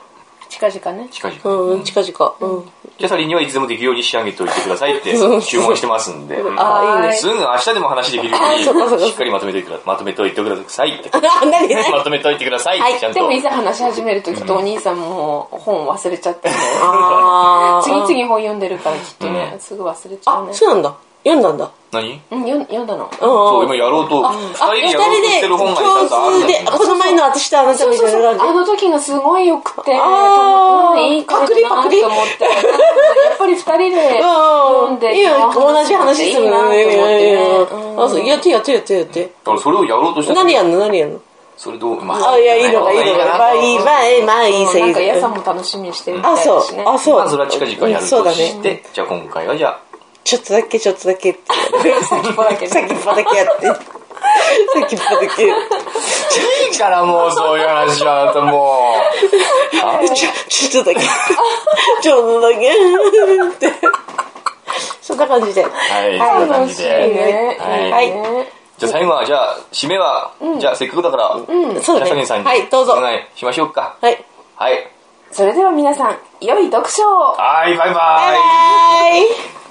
[SPEAKER 2] 近々ね。
[SPEAKER 3] 近々
[SPEAKER 1] ゃん。うん、近々。うん。
[SPEAKER 3] キャサリンにはいつでもできるように仕上げておいてくださいって
[SPEAKER 1] そう
[SPEAKER 3] 注文してますんで。うん
[SPEAKER 1] あーいいね
[SPEAKER 3] すぐ明日でも話できるよ
[SPEAKER 1] あそうかそう
[SPEAKER 3] う
[SPEAKER 1] か
[SPEAKER 3] に、しっかりまとめてくだ、まとめておいてくださいって。
[SPEAKER 1] あ、何何
[SPEAKER 3] まとめておいてください
[SPEAKER 1] はい
[SPEAKER 3] ちゃん
[SPEAKER 2] で
[SPEAKER 3] と
[SPEAKER 2] も。いざ話し始めるときっとお兄さんも本忘れちゃってね
[SPEAKER 1] あー
[SPEAKER 2] 次々本読んでるからきっとね、
[SPEAKER 3] うん
[SPEAKER 2] すぐ忘れちゃう
[SPEAKER 1] あ、
[SPEAKER 2] ね
[SPEAKER 1] そうなんだ。読んだんだ。
[SPEAKER 3] 何
[SPEAKER 2] うん読ん読んだの
[SPEAKER 3] そう、今やろうと、二人でやろうとしてる本がちゃんとあるん
[SPEAKER 1] 共
[SPEAKER 3] だ
[SPEAKER 1] 通
[SPEAKER 3] よ
[SPEAKER 1] で、この前の私とあなた
[SPEAKER 2] そう
[SPEAKER 1] み
[SPEAKER 2] そ
[SPEAKER 1] た
[SPEAKER 2] う
[SPEAKER 1] い
[SPEAKER 2] そう
[SPEAKER 1] な感
[SPEAKER 2] あ
[SPEAKER 1] じ。
[SPEAKER 2] の時がすごい良くて
[SPEAKER 1] あー
[SPEAKER 2] うんいい感じだな
[SPEAKER 1] パクリ
[SPEAKER 2] と
[SPEAKER 1] パクリ
[SPEAKER 2] 思ってやっぱり二人で
[SPEAKER 1] う
[SPEAKER 2] 読
[SPEAKER 1] ん
[SPEAKER 2] んで
[SPEAKER 1] いいよ、同じ話する
[SPEAKER 2] いいなと
[SPEAKER 1] の
[SPEAKER 2] 思っ
[SPEAKER 1] ね。
[SPEAKER 2] てねうん
[SPEAKER 1] あ、そう、やってやってやってやって。
[SPEAKER 3] だからそれをやろうとして
[SPEAKER 1] 何やんの何やんの
[SPEAKER 3] それと、ま
[SPEAKER 1] あ、いや、いいのか、いいのか。まあ、いい、まあ、いい、まあ、いい、
[SPEAKER 2] うん
[SPEAKER 1] せ
[SPEAKER 2] なんか
[SPEAKER 1] い
[SPEAKER 2] や
[SPEAKER 1] い
[SPEAKER 2] さ。も楽しみにしてるみたい
[SPEAKER 1] あ、
[SPEAKER 2] だ
[SPEAKER 1] そう
[SPEAKER 2] しね。
[SPEAKER 1] あ、そう。
[SPEAKER 3] まあそれは近々やる
[SPEAKER 1] そう
[SPEAKER 3] と
[SPEAKER 1] だ
[SPEAKER 3] し
[SPEAKER 1] ね。
[SPEAKER 3] て、じゃあ今回はじゃあ、
[SPEAKER 1] ちょっとだけ、ちょっとだけって。
[SPEAKER 2] 先っぽだけ
[SPEAKER 1] 先っぽだけやって。先っぽだけ。
[SPEAKER 3] いいからもうそういう話はあなたも
[SPEAKER 1] ちょ、ちょっとだ け。ちょっとだけ。って。そんな感じで。
[SPEAKER 3] う。はい、そんな感
[SPEAKER 2] 楽
[SPEAKER 3] じ
[SPEAKER 2] しい
[SPEAKER 3] で。
[SPEAKER 2] ね
[SPEAKER 3] はい
[SPEAKER 1] はい
[SPEAKER 2] いいね
[SPEAKER 3] じゃあ最後は、じゃあ、締めは、じゃあせっかくだから、
[SPEAKER 1] そう
[SPEAKER 3] キャ
[SPEAKER 1] だ
[SPEAKER 3] サリ
[SPEAKER 1] ね。
[SPEAKER 3] ンさんに、
[SPEAKER 1] はい、どうぞ。
[SPEAKER 3] お
[SPEAKER 1] は
[SPEAKER 3] 願いしましょうか。
[SPEAKER 1] い。
[SPEAKER 3] はい。
[SPEAKER 2] それでは皆さん良い読書を
[SPEAKER 3] はい、バイバイ。
[SPEAKER 1] バイバイ